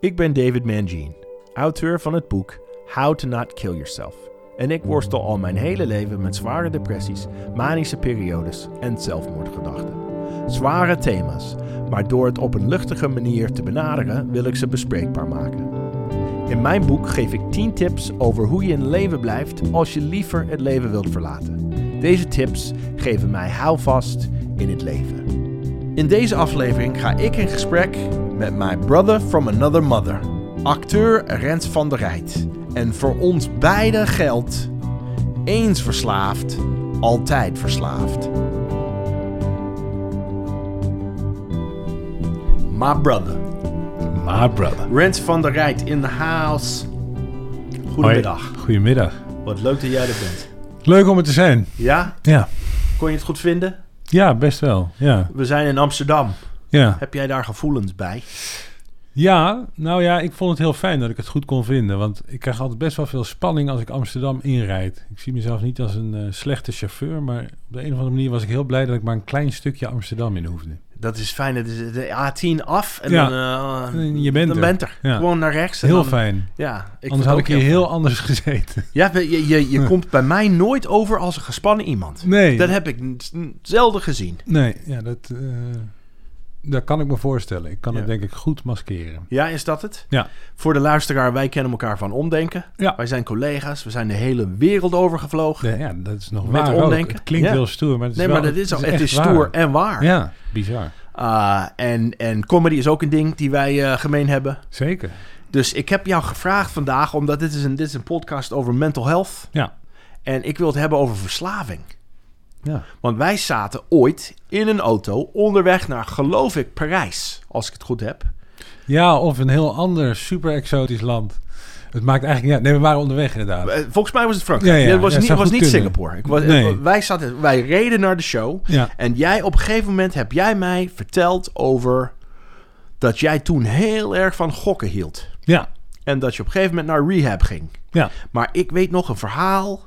Ik ben David Mangine, auteur van het boek How to Not Kill Yourself. En ik worstel al mijn hele leven met zware depressies, manische periodes en zelfmoordgedachten. Zware thema's, maar door het op een luchtige manier te benaderen wil ik ze bespreekbaar maken. In mijn boek geef ik 10 tips over hoe je in leven blijft als je liever het leven wilt verlaten. Deze tips geven mij houvast in het leven. In deze aflevering ga ik in gesprek met mijn brother from another mother, acteur Rens van der Rijt. En voor ons beiden geldt: eens verslaafd, altijd verslaafd. My brother, My brother. Rens van der Rijt in the house. Goedemiddag. Hoi. Goedemiddag. Wat leuk dat jij er bent. Leuk om er te zijn. Ja, Ja. kon je het goed vinden? Ja, best wel. Ja. We zijn in Amsterdam. Ja. Heb jij daar gevoelens bij? ja, nou ja, ik vond het heel fijn dat ik het goed kon vinden. Want ik krijg altijd best wel veel spanning als ik Amsterdam inrijd. Ik zie mezelf niet als een eh, slechte chauffeur. Maar op de een of andere manier was ik heel blij dat ik maar een klein stukje Amsterdam in hoefde. Dat is fijn. Het is de A10 af en Ja. dan, eh, En je Mm, bent dan er. bent er. Ja. Gewoon naar rechts. en Heel dan- fijn. Ja, ik vind Anders had het ik ook hier heel anders gezeten. Ja, je, je, je komt bij mij nooit over als een gespannen iemand. Nee. Dat heb ik n- n- zelden gezien. Nee, ja, dat, eh, dat kan ik me voorstellen. Ik kan Ja. het denk ik goed maskeren. Ja, is dat het? Ja. Voor de luisteraar, wij kennen elkaar van omdenken. Ja. Wij zijn collega's. We zijn de hele wereld overgevlogen. Nee, ja, dat is nog Met waar ook. omdenken. Het klinkt Ja. heel stoer, maar het is Nee, wel, maar dat is, al, het echt is waar. stoer en waar. Ja, bizar. Ah, en, en comedy is ook een ding die wij eh, gemeen hebben. Zeker. Dus ik heb jou gevraagd vandaag, omdat dit is een, dit is een podcast over mental health. Ja. En ik wil het hebben over verslaving. Ja. Want wij zaten ooit in een auto onderweg naar, geloof ik, Parijs. Als ik het goed heb. ja, of een heel ander super exotisch land. Het maakt eigenlijk niet uit. Nee, we waren onderweg inderdaad. Eh, Volgens mij was het Frankrijk. Ja, ja, het was ja, niet, zou was goed niet kunnen. Singapore. Ik was, Nee. wij, zaten, wij reden naar de show. Ja, En jij, op een gegeven moment heb jij mij verteld over dat jij toen heel erg van gokken hield. ja, En dat je op een gegeven moment naar rehab ging. ja. Maar ik weet nog een verhaal.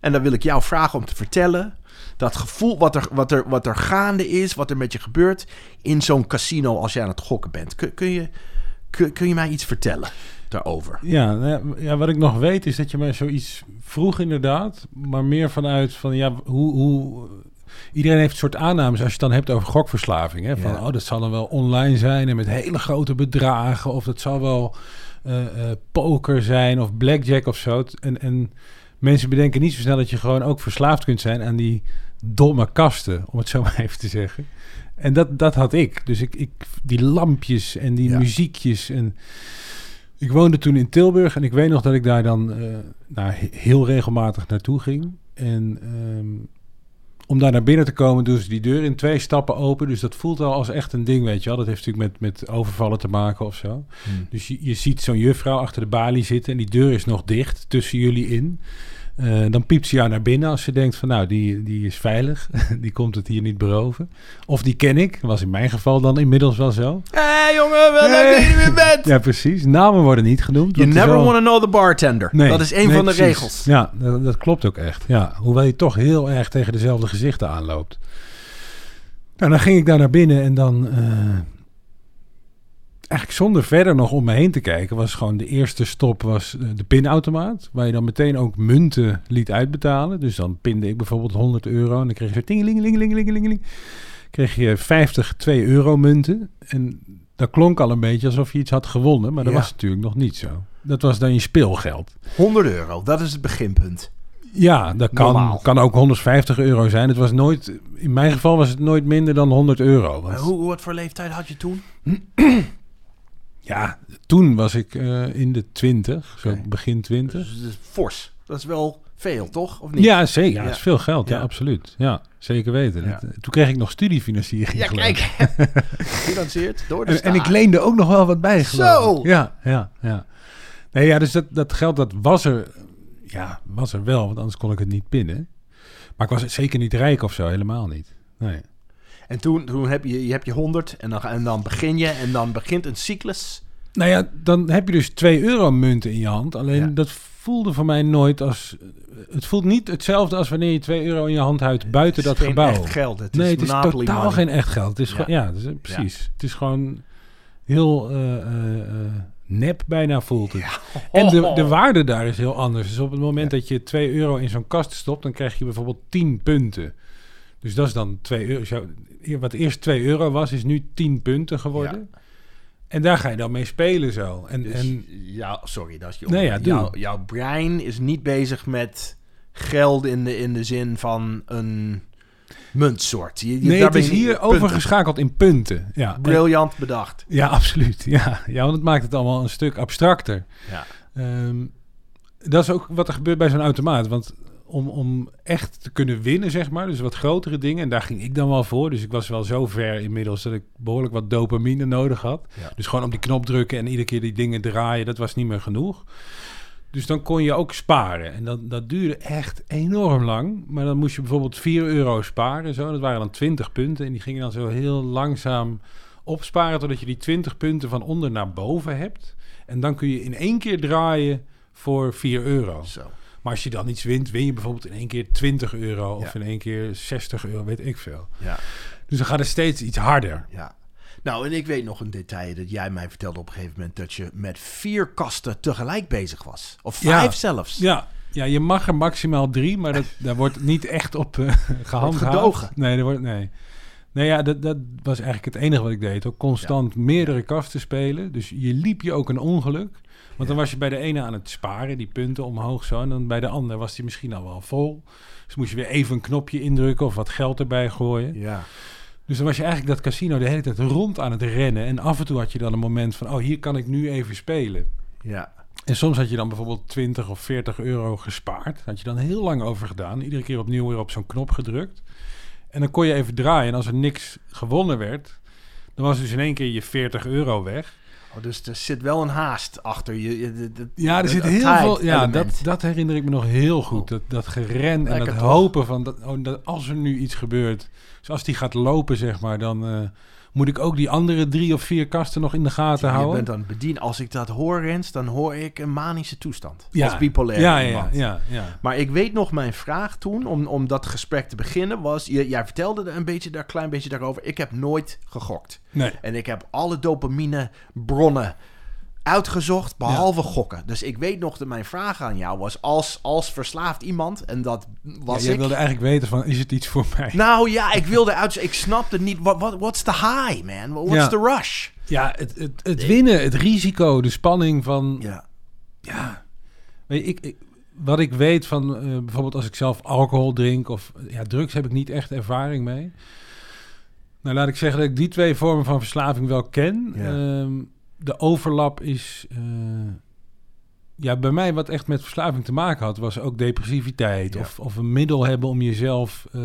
En dan wil ik jou vragen om te vertellen. Dat gevoel wat er, wat er, wat er gaande is, wat er met je gebeurt in zo'n casino als jij aan het gokken bent. Kun, kun, je, kun, kun je mij iets vertellen daarover? Ja, nou ja, ja, wat ik nog weet is dat je mij zoiets vroeg inderdaad. Maar meer vanuit van ja, hoe... hoe Iedereen heeft een soort aannames als je het dan hebt over gokverslaving. Hè? Van, Ja. oh, dat zal dan wel online zijn en met hele grote bedragen. Of dat zal wel eh, eh, poker zijn of blackjack of zo. Het- En, en mensen bedenken niet zo snel dat je gewoon ook verslaafd kunt zijn aan die domme kasten, om het zo maar even te zeggen. En dat, dat had ik. Dus ik, ik, die lampjes en die Ja. muziekjes. En ik woonde toen in Tilburg en ik weet nog dat ik daar dan eh, nou, he- heel regelmatig naartoe ging. En ehm, om daar naar binnen te komen, doen ze die deur in twee stappen open. Dus dat voelt al als echt een ding, weet je wel. Dat heeft natuurlijk met, met overvallen te maken of zo. Dus je, je ziet zo'n juffrouw achter de balie zitten en die deur is nog dicht tussen jullie in. Eh, dan piept ze jou naar binnen als ze denkt van nou, die, die is veilig. die komt het hier niet beroven. Of die ken ik, was in mijn geval dan inmiddels wel zo. Hé jongen, wel leuk dat je er weer bent. Ja, precies. Namen worden niet genoemd. You want het is never wel- want to know the bartender. Nee, dat is een nee, van de precies. regels. Ja, dat, dat klopt ook echt. Ja, hoewel je toch heel erg tegen dezelfde gezichten aanloopt. Nou, dan ging ik daar naar binnen en dan... eh, eigenlijk zonder verder nog om me heen te kijken... was gewoon de eerste stop was eh, de pinautomaat... waar je dan meteen ook munten liet uitbetalen. Dus dan pinde ik bijvoorbeeld 100 euro... en dan kreeg je zo tingelingelingelingelingeling... kreeg je 50 2-euro munten. En dat klonk al een beetje alsof je iets had gewonnen... maar dat Ja. was natuurlijk nog niet zo. Dat was dan je speelgeld. 100 euro, dat is het beginpunt. Ja, dat kan, Normaal. kan ook 150 euro zijn. Het was nooit, in mijn geval was het nooit minder dan 100 euro. Want, Maar hoe, wat voor leeftijd had je toen? ja, toen was ik eh, in de 20, zo Oké. begin 20. Dus, dus fors. Dat is wel veel, toch? Of niet? Ja, zeker. Ja, Ja. dat is veel geld. Ja, Ja. absoluut. Ja, zeker weten. Ja. Dat, eh, toen kreeg ik nog studiefinanciering. Ja, geloof ik. kijk. Gelanceerd door de En, en staat. ik leende ook nog wel wat bij. geloof Zo! ik. Ja, ja, ja. Nee, ja, dus dat, dat geld dat was er, ja, was er wel, want anders kon ik het niet pinnen. Maar ik was zeker niet rijk of zo, helemaal niet. Nee. En toen, toen heb je, je, heb je 100 en dan, ga- en dan begin je en dan begint een cyclus. Nou ja, dan heb je dus 2 euro munten in je hand. Alleen Ja. dat voelde voor mij nooit als... Het voelt niet hetzelfde als wanneer je 2 euro in je hand houdt buiten dat geen gebouw. echt geld. Het nee, is het is Monopoly totaal money. geen echt geld. Het is Ja. gewoon, ja, het is- precies. Het is gewoon heel eh, eh, eh, nep bijna voelt. Het. En Oh. de, de waarde daar is heel anders. Dus op het moment dat je 2 euro in zo'n kast stopt, dan krijg je bijvoorbeeld 10 punten. Dus dat is dan 2 euro. Zo- Wat eerst 2 euro was, is nu 10 punten geworden. En daar ga je dan mee spelen zo. En, Dus, en ja, sorry, dat is je Nee, ja, doe. jouw, jouw brein is niet bezig met geld in de, in de zin van een muntsoort. Je, je- daar nee, het ben is je niet- hier punten. overgeschakeld in punten. Ja, en- Briljant bedacht. ja absoluut. Ja. ja, want het maakt het allemaal een stuk abstracter. Ja. Ehm, dat is ook wat er gebeurt bij zo'n automaat. Want om, om echt te kunnen winnen, zeg maar, dus wat grotere dingen. En daar ging ik dan wel voor. Dus ik was wel zo ver inmiddels dat ik behoorlijk wat dopamine nodig had. Ja. Dus gewoon op die knop drukken en iedere keer die dingen draaien, dat was niet meer genoeg. Dus dan kon je ook sparen. En dat, dat duurde echt enorm lang. Maar dan moest je bijvoorbeeld 4 euro sparen. Zo. Dat waren dan 20 punten. En die gingen dan zo heel langzaam opsparen. Totdat je die 20 punten van onder naar boven hebt. En dan kun je in één keer draaien voor 4 euro. Zo. Maar als je dan iets wint, win je bijvoorbeeld in één keer 20 euro. Of Ja. in één keer 60 euro, weet ik veel. Ja. Dus dan gaat het steeds iets harder. Ja. Nou, en ik weet nog een detail dat jij mij vertelde op een gegeven moment dat je met vier kasten tegelijk bezig was. Of Ja. vijf zelfs. Ja, ja, je mag er maximaal drie, maar dat, daar wordt niet echt op eh gehandhaafd. gedogen. Nee, er wordt, nee. Nee, ja, dat, dat was eigenlijk het enige wat ik deed. Ook constant meerdere kasten spelen. Dus je liep je ook een ongeluk. Want dan was je bij de ene aan het sparen, die punten omhoog zo. En dan bij de ander was die misschien al wel vol. Dus moest je weer even een knopje indrukken of wat geld erbij gooien. Ja. Dus dan was je eigenlijk dat casino de hele tijd rond aan het rennen. En af en toe had je dan een moment van, oh, hier kan ik nu even spelen. Ja. En soms had je dan bijvoorbeeld 20 of 40 euro gespaard. Daar had je dan heel lang over gedaan. Iedere keer opnieuw weer op zo'n knop gedrukt. En dan kon je even draaien. En als er niks gewonnen werd, dan was dus in één keer je 40 euro weg. Oh, dus er zit wel een haast achter je. je- de- de- Ja, er de- zit dat heel tijd veel. Ja, element. dat, dat herinner ik me nog heel goed. Oh. Dat, dat geren en Lekker dat toch? hopen van dat, oh, dat als er nu iets gebeurt. Dus als die gaat lopen, zeg maar, dan eh, moet ik ook die andere drie of vier kasten nog in de gaten je houden. bent aan het bedienen. Als ik dat hoor, Rens, dan hoor ik een manische toestand. Ja. Als bipolair. ja, ja, iemand. ja, ja. Maar ik weet nog mijn vraag toen, om, om dat gesprek te beginnen, was... Je, jij vertelde er een beetje, daar klein beetje daarover. Ik heb nooit gegokt. Nee. En ik heb alle dopaminebronnen uitgezocht, behalve gokken. Dus ik weet nog dat mijn vraag aan jou was... als, als verslaafd iemand, en dat was Ja, jij ik... wilde eigenlijk weten van, is het iets voor mij? Nou ja, ik wilde uit... Ik snapte niet... What, what, what's the high, man? What's Ja. the rush? Ja, het, het, het winnen, het risico, de spanning van... Ja. Ja. Weet je, ik, ik- wat ik weet van eh, bijvoorbeeld als ik zelf alcohol drink of... Ja, drugs heb ik niet echt ervaring mee. Nou, laat ik zeggen dat ik die twee vormen van verslaving wel ken. Ja. Ehm, de overlap is... eh, ja, bij mij wat echt met verslaving te maken had, was ook depressiviteit. Ja. Of, of een middel hebben om jezelf eh,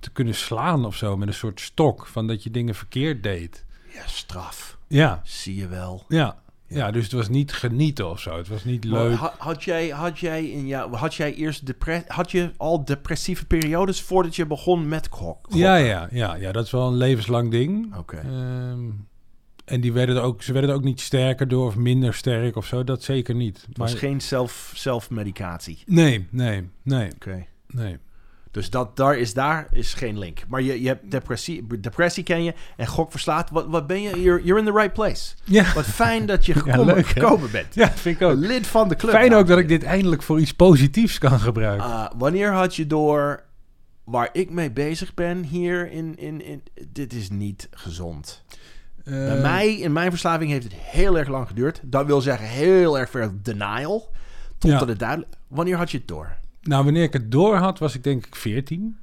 te kunnen slaan of zo. Met een soort stok van dat je dingen verkeerd deed. Ja, straf. Ja. Zie je wel. Ja. Ja, dus het was niet genieten of zo. Het was niet leuk. Ha- Had jij, had, jij in jou, had jij eerst depre- had je al depressieve periodes voordat je begon met gok? gokken? Ja, ja, ja, ja, dat is wel een levenslang ding. Oké. Ehm, en die werden er ook, ze werden er ook niet sterker door of minder sterk of zo. Dat zeker niet. Het Maar, was geen zelf, zelfmedicatie. Nee, nee, nee, Oké. nee. Dus dat, daar, is, daar is geen link. Maar je, je hebt depressie, depressie ken je en gok verslaat. Wat, wat ben je? You're, you're in the right place. Ja, Wat fijn dat je gekomen, leuk, hè? gekomen bent. ja vind ik ook. Lid van de club. Fijn ook dames dat en ik dit eindelijk voor iets positiefs kan gebruiken. heren. Ah, wanneer had je door waar ik mee bezig ben hier in... in, in dit is niet gezond. Bij Eh, mij, in mijn verslaving heeft het heel erg lang geduurd. Dat wil zeggen heel erg veel denial. Totdat Ja. het duidelijk... Wanneer had je het door? Nou, wanneer ik het door had, was ik denk ik 14.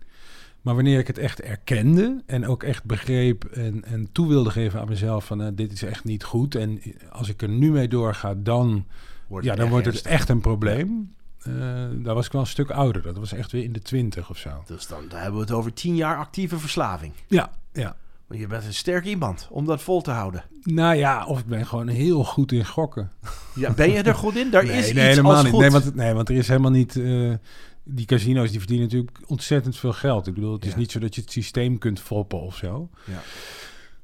Maar wanneer ik het echt erkende en ook echt begreep en, en toe wilde geven aan mezelf van eh, dit is echt niet goed. En als ik er nu mee doorga, dan, Wordt ja, het dan erg wordt het ernstig. echt een probleem. Eh daar was ik wel een stuk ouder. Dat was echt weer in de 20 of zo. Dus dan, dan hebben we het over tien jaar actieve verslaving. Ja, ja. Want je bent een sterk iemand om dat vol te houden. Nou ja, of ik ben gewoon heel goed in gokken. Ja, ben je er goed in? Daar is iets helemaal als niet. goed. Nee want, nee, want er is helemaal niet. eh, die casino's die verdienen natuurlijk ontzettend veel geld. Ik bedoel, het is Ja. niet zo dat je het systeem kunt foppen of zo. Ja.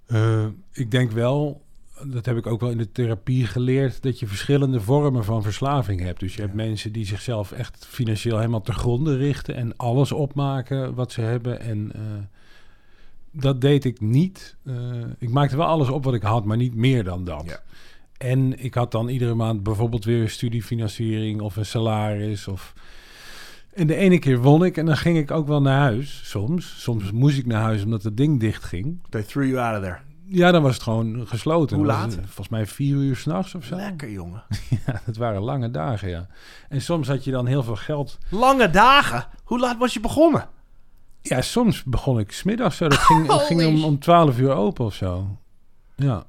Eh, ik denk wel, dat heb ik ook wel in de therapie geleerd, dat je verschillende vormen van verslaving hebt. Dus je hebt mensen die zichzelf echt financieel helemaal te gronden richten en alles opmaken wat ze hebben. En eh, dat deed ik niet. Eh, ik maakte wel alles op wat ik had, maar niet meer dan dat. Ja. En ik had dan iedere maand bijvoorbeeld weer studiefinanciering of een salaris. Of... En de ene keer won ik en dan ging ik ook wel naar huis soms. Soms moest ik naar huis omdat het ding dicht ging. They threw you out of there. Ja, dan was het gewoon gesloten. Hoe Dan was laat? het, eh, Volgens mij vier uur s'nachts of zo. Lekker, jongen. Ja, dat waren lange dagen, ja. En soms had je dan heel veel geld. Lange dagen. Hoe laat was je begonnen? Ja, soms begon ik smiddags zo. Dat ging, dat ging om, om 12 uur open of zo. Ja,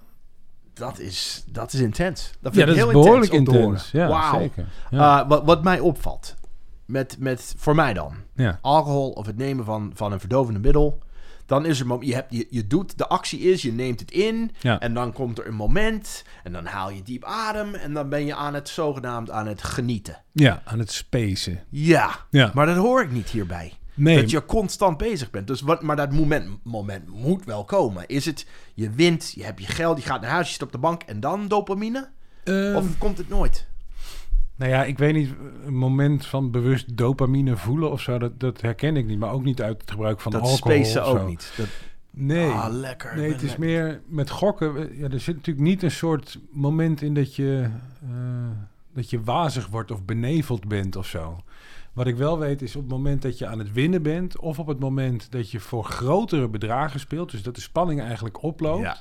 Dat is, dat is intens. Dat ja vind dat ik is heel behoorlijk om te intens. Ja, horen. Wauw. zeker. Ja. Eh, wat, wat mij opvalt, met, met, voor mij dan, ja. alcohol of het nemen van, van een verdovende middel, dan is er, mom- je, hebt, je, je doet, de actie is, je neemt het in, Ja. en dan komt er een moment, en dan haal je diep adem, en dan ben je aan het zogenaamd aan het genieten. ja, aan het spacen. Ja, Ja. maar dat hoor ik niet hierbij. Nee, Dat je constant bezig bent. Dus wat, maar dat moment, moment moet wel komen. Is het, je wint, je hebt je geld, je gaat naar huis, je zit op de bank en dan dopamine? ehm, Of komt het nooit? nou ja, ik weet niet, een moment van bewust dopamine voelen of zo, dat, dat herken ik niet. Maar ook niet uit het gebruik van Dat alcohol. spacen of zo. ook niet. Dat, Nee. Ah, lekker. ik Nee, ben het is lekker. meer met gokken. eh, Ja, er zit natuurlijk niet een soort moment in dat je, eh, dat je wazig wordt of beneveld bent of zo. Wat ik wel weet is op het moment dat je aan het winnen bent, of op het moment dat je voor grotere bedragen speelt, dus dat de spanning eigenlijk oploopt, Ja,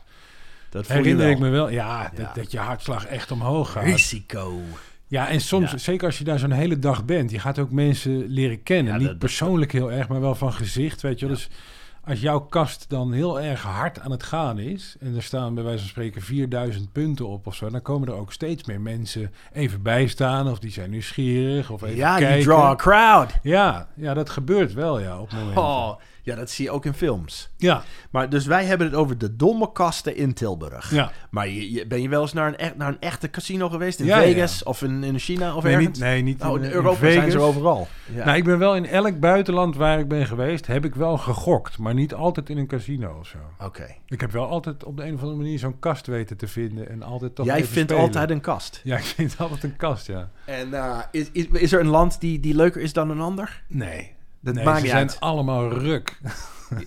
dat voel herinner je ik me wel, ja, Ja. Dat, dat je hartslag echt omhoog gaat. Risico. Ja, en soms, Ja. zeker als je daar zo'n hele dag bent, je gaat ook mensen leren kennen. Ja, Niet dat- persoonlijk heel erg, maar wel van gezicht, weet je wel. Dus als jouw kast dan heel erg hard aan het gaan is... en er staan bij wijze van spreken 4000 punten op of zo... dan komen er ook steeds meer mensen even bijstaan... of die zijn nieuwsgierig of even Ja, kijken. you draw a crowd. Ja, ja, dat gebeurt wel, ja, op momenten. Oh, ja, dat zie je ook in films. Ja, Maar dus wij hebben het over de domme kasten in Tilburg. ja. Maar je, je- ben je wel eens naar een, echt, naar een echte casino geweest? In Ja, ja, ja. Vegas of in, in China of nee, niet, ergens? nee, niet oh, in, in Europa Vegas. zijn ze overal. Ja. Nou, ik ben wel in elk buitenland waar ik ben geweest... heb ik wel gegokt, maar niet altijd in een casino of zo. Oké. Ik heb wel altijd op de een of andere manier zo'n kast weten te vinden en altijd toch. Jij even vindt spelen. altijd een kast. Ja, ik vind altijd een kast, ja. En eh, is, is, is er een land die, die leuker is dan een ander? Nee. Dat nee, maakt ze niet zijn uit. allemaal ruk.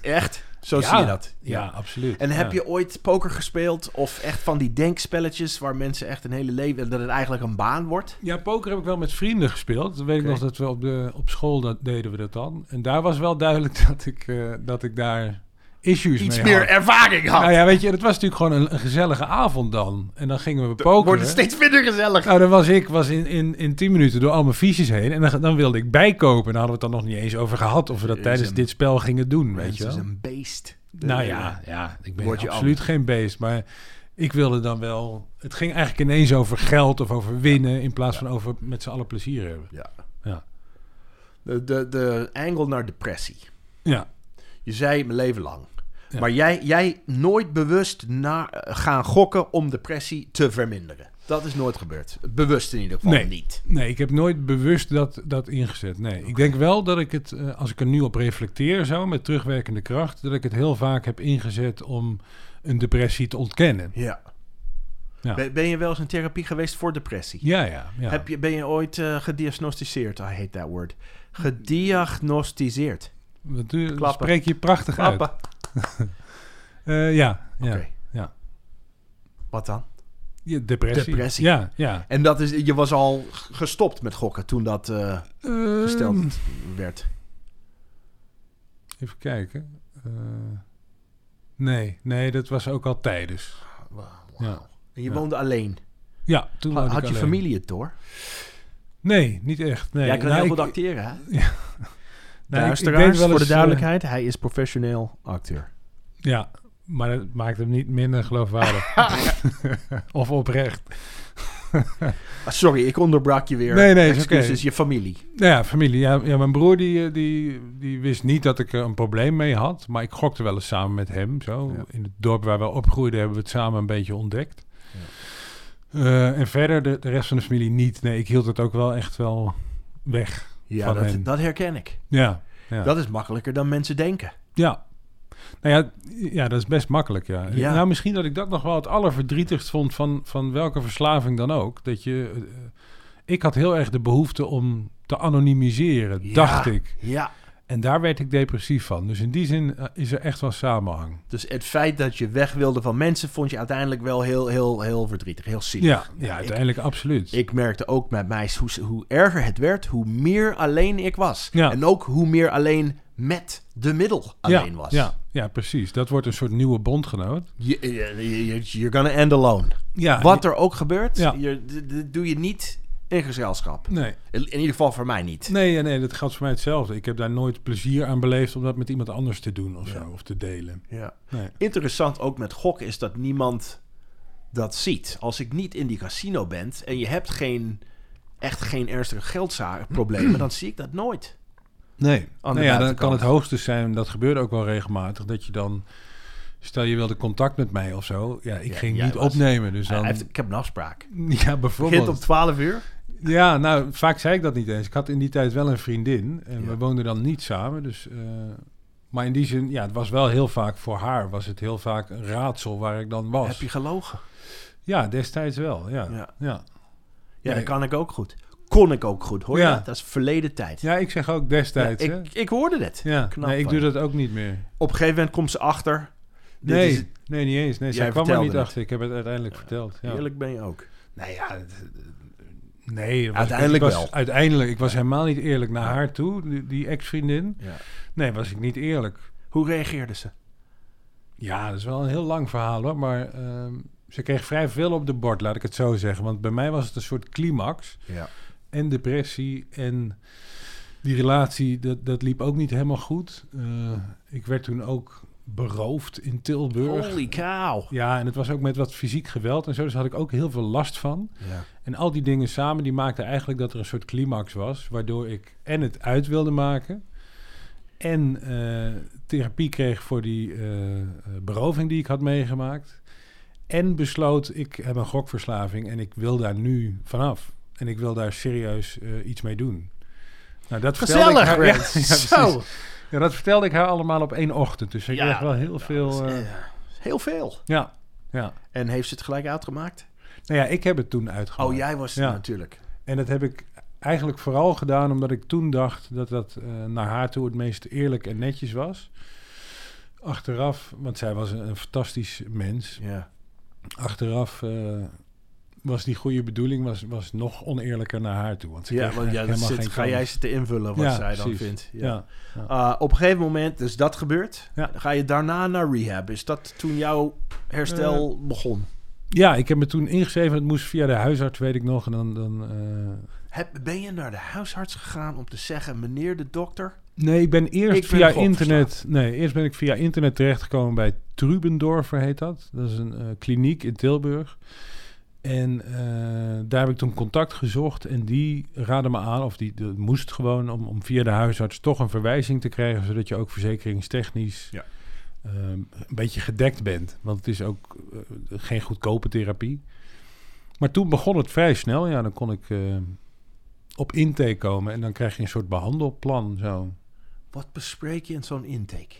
Echt? Zo Ja. zie je dat. Ja, absoluut. En heb Ja. je ooit poker gespeeld? Of echt van die denkspelletjes waar mensen echt een hele leven... dat het eigenlijk een baan wordt? Ja, poker heb ik wel met vrienden gespeeld. Dat weet Oké. ik nog dat we op, de, op school dat, deden we dat dan. En daar was wel duidelijk dat ik, eh, dat ik daar issues Iets mee meer had. ervaring had. Nou ja, weet je, dat was natuurlijk gewoon een, een gezellige avond dan. En dan gingen we pokeren. Wordt het steeds minder gezellig. Nou, dan was ik was in, in, in 10 minuten door al mijn fiches heen. En dan, dan wilde ik bijkopen. En daar hadden we het dan nog niet eens over gehad. Of we dat Is tijdens een- dit spel gingen doen, weet Mensen je wel. is een beest. Nou ja, ja ik ben Word je absoluut geen beest. Maar ik wilde dan wel... Het ging eigenlijk ineens over geld of over winnen... in plaats van over met z'n allen plezier hebben. Ja. Ja. De, de, de angle naar depressie. Ja, Je zei mijn leven lang. Ja. Maar jij, jij nooit bewust na, eh, gaan gokken om depressie te verminderen. Dat is nooit gebeurd. Bewust in ieder geval Nee. niet. nee, ik heb nooit bewust dat, dat ingezet. Nee, ik denk wel dat ik het... eh, als ik er nu op reflecteer zo, met terugwerkende kracht... dat ik het heel vaak heb ingezet om een depressie te ontkennen. Ja. Ja. Ben, ben je wel eens in therapie geweest voor depressie? Ja, ja, ja. Heb je, ben je ooit eh, gediagnosticeerd? I hate that word. Gediagnosticeerd. Dat doe- dat Klappen. spreek je prachtig uit. Papa. Eh, ja, ja. Oké. ja. Wat dan? Ja, depressie. Depressie. Ja, ja. En dat is, je was al g- gestopt met gokken toen dat eh, Ehm, gesteld werd. even kijken. Eh, nee, nee, dat was ook al tijdens. Ja. En je Ja. woonde alleen. Ja, toen Had, woonde had ik je alleen. familie het door? Nee, niet echt. Nee. Jij kan Nou, heel ik- goed acteren, hè? nou, ik- ik Luisteraars, deed wel voor de eens, eh, duidelijkheid, hij is professioneel acteur. ja, maar dat maakt hem niet minder geloofwaardig. of oprecht. Ah, sorry, ik onderbrak je weer. Nee, nee, is Excuses, oké. je familie. Nou ja, familie. Ja, ja mijn broer die, eh, die, die wist niet dat ik er een probleem mee had. Maar ik gokte wel eens samen met hem. Zo. Ja. In het dorp waar we opgroeiden hebben we het samen een beetje ontdekt. Eh, en verder de, de rest van de familie niet. Nee, ik hield het ook wel echt wel weg. Ja, Van dat, hen. dat herken ik. Ja, ja. Dat is makkelijker dan mensen denken. ja. Nou ja, ja, dat is best makkelijk, ja. Ja. Nou, misschien dat ik dat nog wel het allerverdrietigst vond van, van welke verslaving dan ook. Dat je... eh, ik had heel erg de behoefte om te anonimiseren, Ja. dacht ik. Ja, En daar werd ik depressief van. Dus in die zin eh, is er echt wel samenhang. Dus het feit dat je weg wilde van mensen vond je uiteindelijk wel heel, heel, heel verdrietig, heel zielig. Ja, ja uiteindelijk absoluut. Ik merkte ook met mij hoe, ze- hoe erger het werd, hoe meer alleen ik was. Ja. En ook hoe meer alleen met de middel alleen ja, was. Ja, ja, precies. Dat wordt een soort nieuwe bondgenoot. Je, je, je- you're gonna end alone. Ja, Wat er ook gebeurt, Ah, Ja. je, d- d- doe je niet in gezelschap. Nee, In, in ieder geval voor mij niet. nee, ja, nee, dat geldt voor mij hetzelfde. Ik heb daar nooit plezier aan beleefd om dat met iemand anders te doen of zo, of te delen. Ja. Nee. Interessant ook met gokken is dat niemand dat ziet. Als ik niet in die casino ben en je hebt geen, echt geen ernstige geldproblemen, dan zie ik dat nooit. Dus Nee. Aan de Nou ja, dan buitenkant. kan het hoogste zijn, en dat gebeurde ook wel regelmatig, dat je dan, stel je wilde contact met mij of zo, ja, ik Ja, ging jij niet was- opnemen. Dus Hij dan, heeft, ik heb een afspraak. ja, Begint om bijvoorbeeld. 12 uur. Ja, nou, vaak zei ik dat niet eens. Ik had in die tijd wel een vriendin en Ja. we woonden dan niet samen. Dus, eh, maar in die zin, ja, het was wel heel vaak voor haar, was het heel vaak een raadsel waar ik dan was. Heb je gelogen? Ja, destijds wel, ja. Ja. Ja, ja. Ja, Nee. dat kan ik ook goed. Kon ik ook goed, hoor je? Ja. dat? Dat is verleden tijd. ik zeg ook Ja, destijds, hè. ik, ik hoorde het. Ja, knap nee, ik van doe je. dat ook niet meer. Op een gegeven moment komt ze achter. Dit Nee, is het. nee, niet eens. Nee, Jij zij kwam er vertelde niet het. achter. Ik heb het uiteindelijk verteld. Ja. Eerlijk ben je ook. Nee, ja, het- nee dat was- Uiteindelijk ik was, wel. Uiteindelijk, ik was helemaal niet eerlijk naar haar toe, die, die ex-vriendin. Ja. Nee, was ik niet eerlijk. Hoe reageerde ze? Ja, dat is wel een heel lang verhaal hoor. Maar ehm, ze kreeg vrij veel op de bord, laat ik het zo zeggen. Want bij mij was het een soort climax. Ja. En depressie en die relatie, dat, dat liep ook niet helemaal goed. Eh, ik werd toen ook beroofd in Tilburg. Holy cow. Ja, en het was ook met wat fysiek geweld en zo. Dus daar had ik ook heel veel last van. Ja. En al die dingen samen, die maakten eigenlijk dat er een soort climax was. Waardoor ik en het uit wilde maken. En eh, therapie kreeg voor die eh, eh, beroving die ik had meegemaakt. En besloot, ik heb een gokverslaving en ik wil daar nu vanaf. En ik wil daar serieus eh, iets mee doen. Nou, dat vertelde ik Gezellig, haar. Brent. Ja, ja, Zo. precies. Ja, dat vertelde ik haar allemaal op één ochtend. Dus ik Ja. kreeg wel heel veel... eh, Eh, Heel veel. ja, ja. En heeft ze het gelijk uitgemaakt? Nou ja, ik heb het toen uitgemaakt. Oh, jij was Ja. natuurlijk. En dat heb ik eigenlijk vooral gedaan omdat ik toen dacht dat dat eh, naar haar toe het meest eerlijk en netjes was. Achteraf, want zij was een, een fantastisch mens. Ja. Achteraf eh, was die goede bedoeling was, was nog oneerlijker naar haar toe. Want ze Ja, kreeg want ja, dat eigenlijk helemaal zit, geen ga kans. jij zitten invullen wat Ja, zij dan precies. vindt. Ja. Ja. Uh, op een gegeven moment, dus dat gebeurt. Ja. Ga je daarna naar rehab? Is dat toen jouw herstel Eh. begon? ja, ik heb me toen ingeschreven. Het moest via de huisarts, weet ik nog. En dan, dan, eh, Heb, ben je naar de huisarts gegaan om te zeggen, meneer de dokter? Nee, ik ben eerst Ik ben via gewoon internet. Nee, eerst ben ik via internet terechtgekomen bij Trubendorfer heet dat. Dat is een eh, kliniek in Tilburg. En eh, daar heb ik toen contact gezocht en die raadde me aan, of die dat moest gewoon om, om via de huisarts toch een verwijzing te krijgen, zodat je ook verzekeringstechnisch Ja. eh, een beetje gedekt bent. Want het is ook eh, geen goedkope therapie. Maar toen begon het vrij snel. Ja, dan kon ik eh, op intake komen en dan krijg je een soort behandelplan zo. Wat bespreek je in zo'n intake?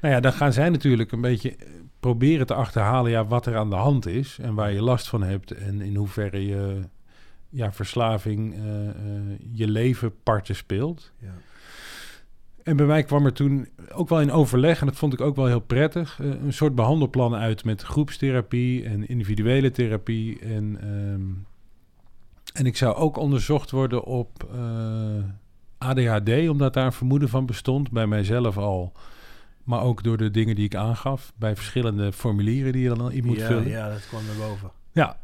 Nou ja, dan gaan zij natuurlijk een beetje eh, proberen te achterhalen ja, wat er aan de hand is en waar je last van hebt en in hoeverre je ja, verslaving eh, eh, je leven parten speelt. Ja. En bij mij kwam er toen ook wel in overleg, en dat vond ik ook wel heel prettig, eh, een soort behandelplan uit met groepstherapie en individuele therapie. En, ehm, en ik zou ook onderzocht worden op eh, ADHD, omdat daar een vermoeden van bestond, bij mijzelf al. Maar ook door de dingen die ik aangaf, bij verschillende formulieren die je dan in moet ja, vullen. ja, dat kwam naar boven. Ja.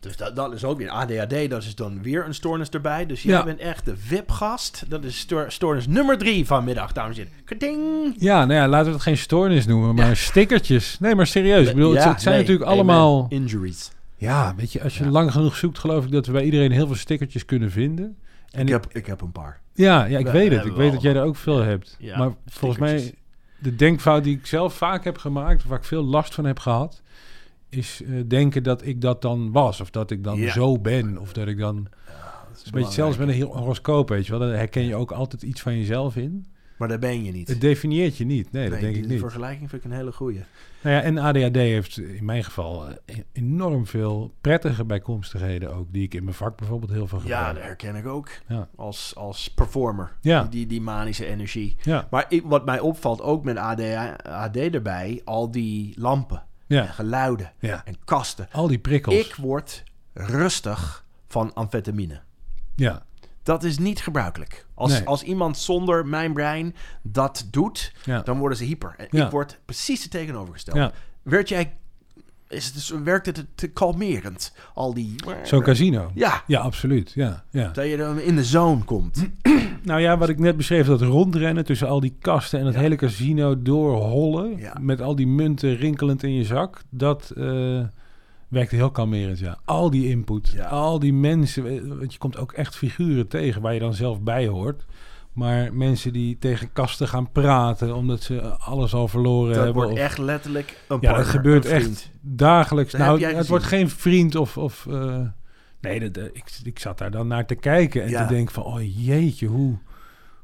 Dus dat, dat is ook weer ADHD, dat is dan weer een stoornis erbij. Dus jij Ja. bent echt de VIP-gast. Dat is stoor- stoornis nummer drie vanmiddag, dames en heren. Kading! Ja, nou ja, laten we het geen stoornis noemen, maar stickertjes. Nee, maar serieus. Ik bedoel, het- Ja, het zijn nee, natuurlijk amen. allemaal... Injuries. Ja, weet je, als je Ja. lang genoeg zoekt, geloof ik dat we bij iedereen heel veel stickertjes kunnen vinden. En ik, heb, ik heb een paar. ja, ja, ik we- weet we het. Ik hebben weet we dat jij er ook veel hebt. Ja, maar volgens mij, stickertjes. de denkfout die ik zelf vaak heb gemaakt, waar ik veel last van heb gehad, is eh, denken dat ik dat dan was. Of dat ik dan Ja. zo ben. Of dat ik dan. Dat is Een beetje zelfs met een heel horoscoop, weet je wel. Daar herken je ook altijd iets van jezelf in. Maar daar ben je niet. Het definieert je niet. Nee, dat denk die ik niet. vergelijking vind ik een hele goeie. Nou ja, en ADHD heeft in mijn geval eh, enorm veel prettige bijkomstigheden ook, die ik in mijn vak bijvoorbeeld heel veel Ja, gebruik. dat herken ik ook. Ja. Als, als performer. Ja. Die, die, die manische energie. Ja, Maar ik- wat mij opvalt, ook met AD, AD erbij, al die lampen en ja, geluiden ja. en kasten. Al die prikkels. Ik word rustig van amfetamine. Ja, Dat is niet gebruikelijk. Als, Nee. als iemand zonder mijn brein dat doet, ja. dan worden ze hyper. En Ja. ik word precies het tegenovergestelde. ja. Werd jij, is het, is- werkt het te kalmerend? Al die... Zo'n casino. Ja, Ja, absoluut. Ja, ja. dat je dan in de zone komt. Nou ja, wat ik net beschreef, dat rondrennen tussen al die kasten en het Ja. hele casino doorhollen. Ja. Met al die munten rinkelend in je zak. Dat eh werkte heel kalmerend, ja. Al die input, Ja. al die mensen. eh, Want je komt ook echt figuren tegen waar je dan zelf bij hoort. Maar mensen die tegen kasten gaan praten omdat ze alles al verloren Dat hebben. wordt of- echt letterlijk een ja, partner, dat gebeurt een echt vriend. dagelijks. Dat heb nou, jij het gezien. wordt geen vriend of... of eh, nee, dat, eh, ik, ik zat daar dan naar te kijken en Ja. te denken van... Oh jeetje, hoe,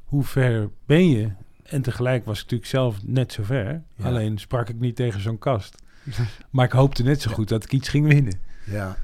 hoe ver ben je? En tegelijk was ik natuurlijk zelf net zo ver. Ja. Alleen sprak ik niet tegen zo'n kast. maar ik hoopte net zo goed dat ik iets ging winnen. Ja.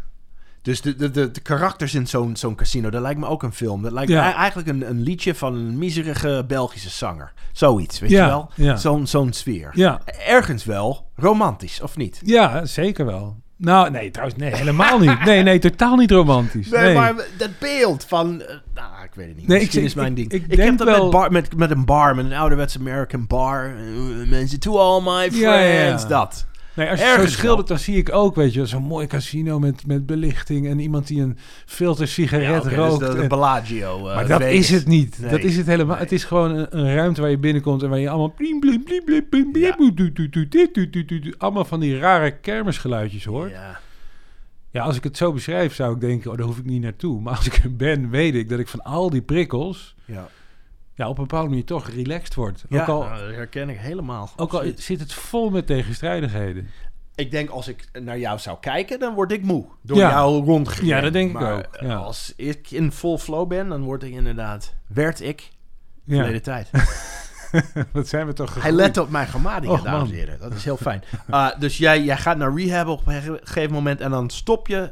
Dus de, de, de, de karakters in zo'n zo'n casino, dat lijkt me ook een film. Dat lijkt me Ja. ei- eigenlijk een, een liedje van een miserige Belgische zanger. Zoiets, weet ja, je wel? Ja, Zo'n zo'n sfeer. ja. Ergens wel romantisch, of niet? ja, zeker wel. Nou, nee, trouwens, nee, helemaal niet. Nee, nee, totaal niet romantisch. Nee, maar dat beeld van... eh, nou, ik weet het niet. Nee, Nee, ik- Misschien ik- is mijn ik- ding. ik Ik, denk heb dat wel- met, bar, met, met een bar, met een ouderwets American bar. Eh, Mensen, to all my friends, Ja, ja, ja. dat. Nee, als je het Ergens zo schildert, wel. dan zie ik ook, weet je, zo'n mooi casino met, met belichting en iemand die een filter sigaret Ja, oké, dus rookt. de, de en- Bellagio. eh, maar dat Vegas. is het niet. Nee. Dat is het helemaal. Nee. Het is gewoon een, een ruimte waar je binnenkomt en waar je allemaal blim blim blim blim blim blim Ja. doet, doet, doet, doet, dit, doet, doet, doet, doet. allemaal van die rare kermisgeluidjes hoort. Ja. Ja. als ik het zo beschrijf, zou ik denken, oh, daar hoef ik niet naartoe. Maar als ik er ben, weet ik dat ik van al die prikkels, Ja. ja, op een bepaalde manier toch relaxed word. Ja, Ook al, nou, dat herken ik helemaal. ook al zit het vol met tegenstrijdigheden. Ik denk als ik naar jou zou kijken, dan word ik moe. Door Ja. jou rondgegaan. Ja, dat denk ik Maar, eh, ook, ja. Als ik in full flow ben, dan word ik inderdaad... Werd ik Ja, verleden tijd. dat zijn we toch Hij gegroeid. let op mijn grammatica, Och, dames en man. heren. Dat is heel fijn. Ah, dus jij, jij gaat naar rehab op een ge- gegeven moment en dan stop je.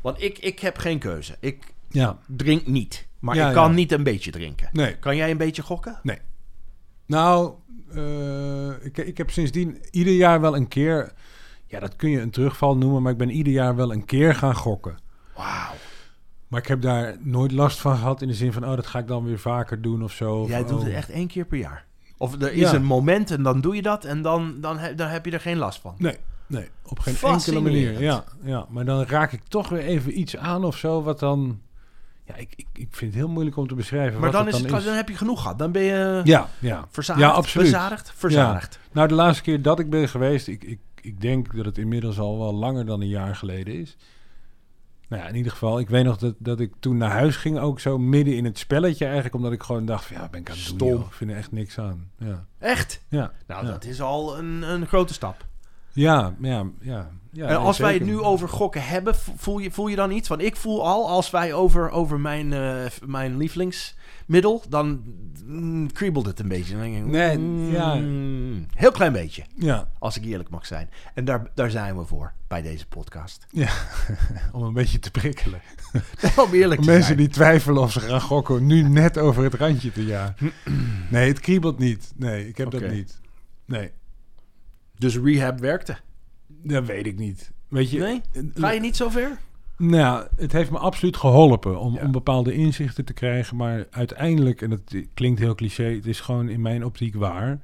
Want ik, ik heb geen keuze. Ik Ja, drink niet. Maar Ja, ik kan ja. niet een beetje drinken. nee. Kan jij een beetje gokken? Nou, eh, ik, ik heb sindsdien ieder jaar wel een keer... Ja, dat kun je een terugval noemen, maar ik ben ieder jaar wel een keer gaan gokken. Wauw. Maar ik heb daar nooit last van gehad in de zin van... oh, dat ga ik dan weer vaker doen of zo. Of, Jij doet oh. het echt één keer per jaar. Of er is Ja. een moment en dan doe je dat en dan, dan, he- dan heb je er geen last van. Nee, nee, op geen enkele manier. Ja, ja, maar dan raak ik toch weer even iets aan of zo... wat dan... Ja, ik, ik, ik vind het heel moeilijk om te beschrijven Maar wat dan, is het, dan is. dan heb je genoeg gehad. Dan ben je Ja, ja. verzadigd, Ja, absoluut. verzadigd, verzadigd. Nou, de laatste keer dat ik ben geweest, ik, ik, ik denk dat het inmiddels al wel langer dan een jaar geleden is. Nou ja, in ieder geval, ik weet nog dat, dat ik toen naar huis ging, ook zo midden in het spelletje eigenlijk, omdat ik gewoon dacht van ja, wat ben ik aan het doen, Stom. joh? ik vind er echt niks aan. Ja, Echt? ja, Nou, Ja. dat is al een, een grote stap. ja, ja. ja, ja en nee, als wij het zeker. nu over gokken hebben, vo- voel je, voel je dan iets? Want ik voel al, als wij over, over mijn, eh, f- mijn lievelingsmiddel, dan mm, kriebelt het een beetje. Dan denk ik, Nee, mm, ja. Heel klein beetje, Ja, als ik eerlijk mag zijn. En daar, daar zijn we voor, bij deze podcast. om een beetje te prikkelen. Om eerlijk te Mensen zijn. die twijfelen of ze gaan gokken, nu net over het randje te ja. Nee, het kriebelt niet. Nee, ik heb dat Oké. niet. Nee, Dus rehab werkte. dat weet ik niet. Weet je, eh, Nee? Ga je niet zo ver? Nou, ja, het heeft me absoluut geholpen om, Ja. om bepaalde inzichten te krijgen. Maar uiteindelijk, en dat klinkt heel cliché, het is gewoon in mijn optiek waar.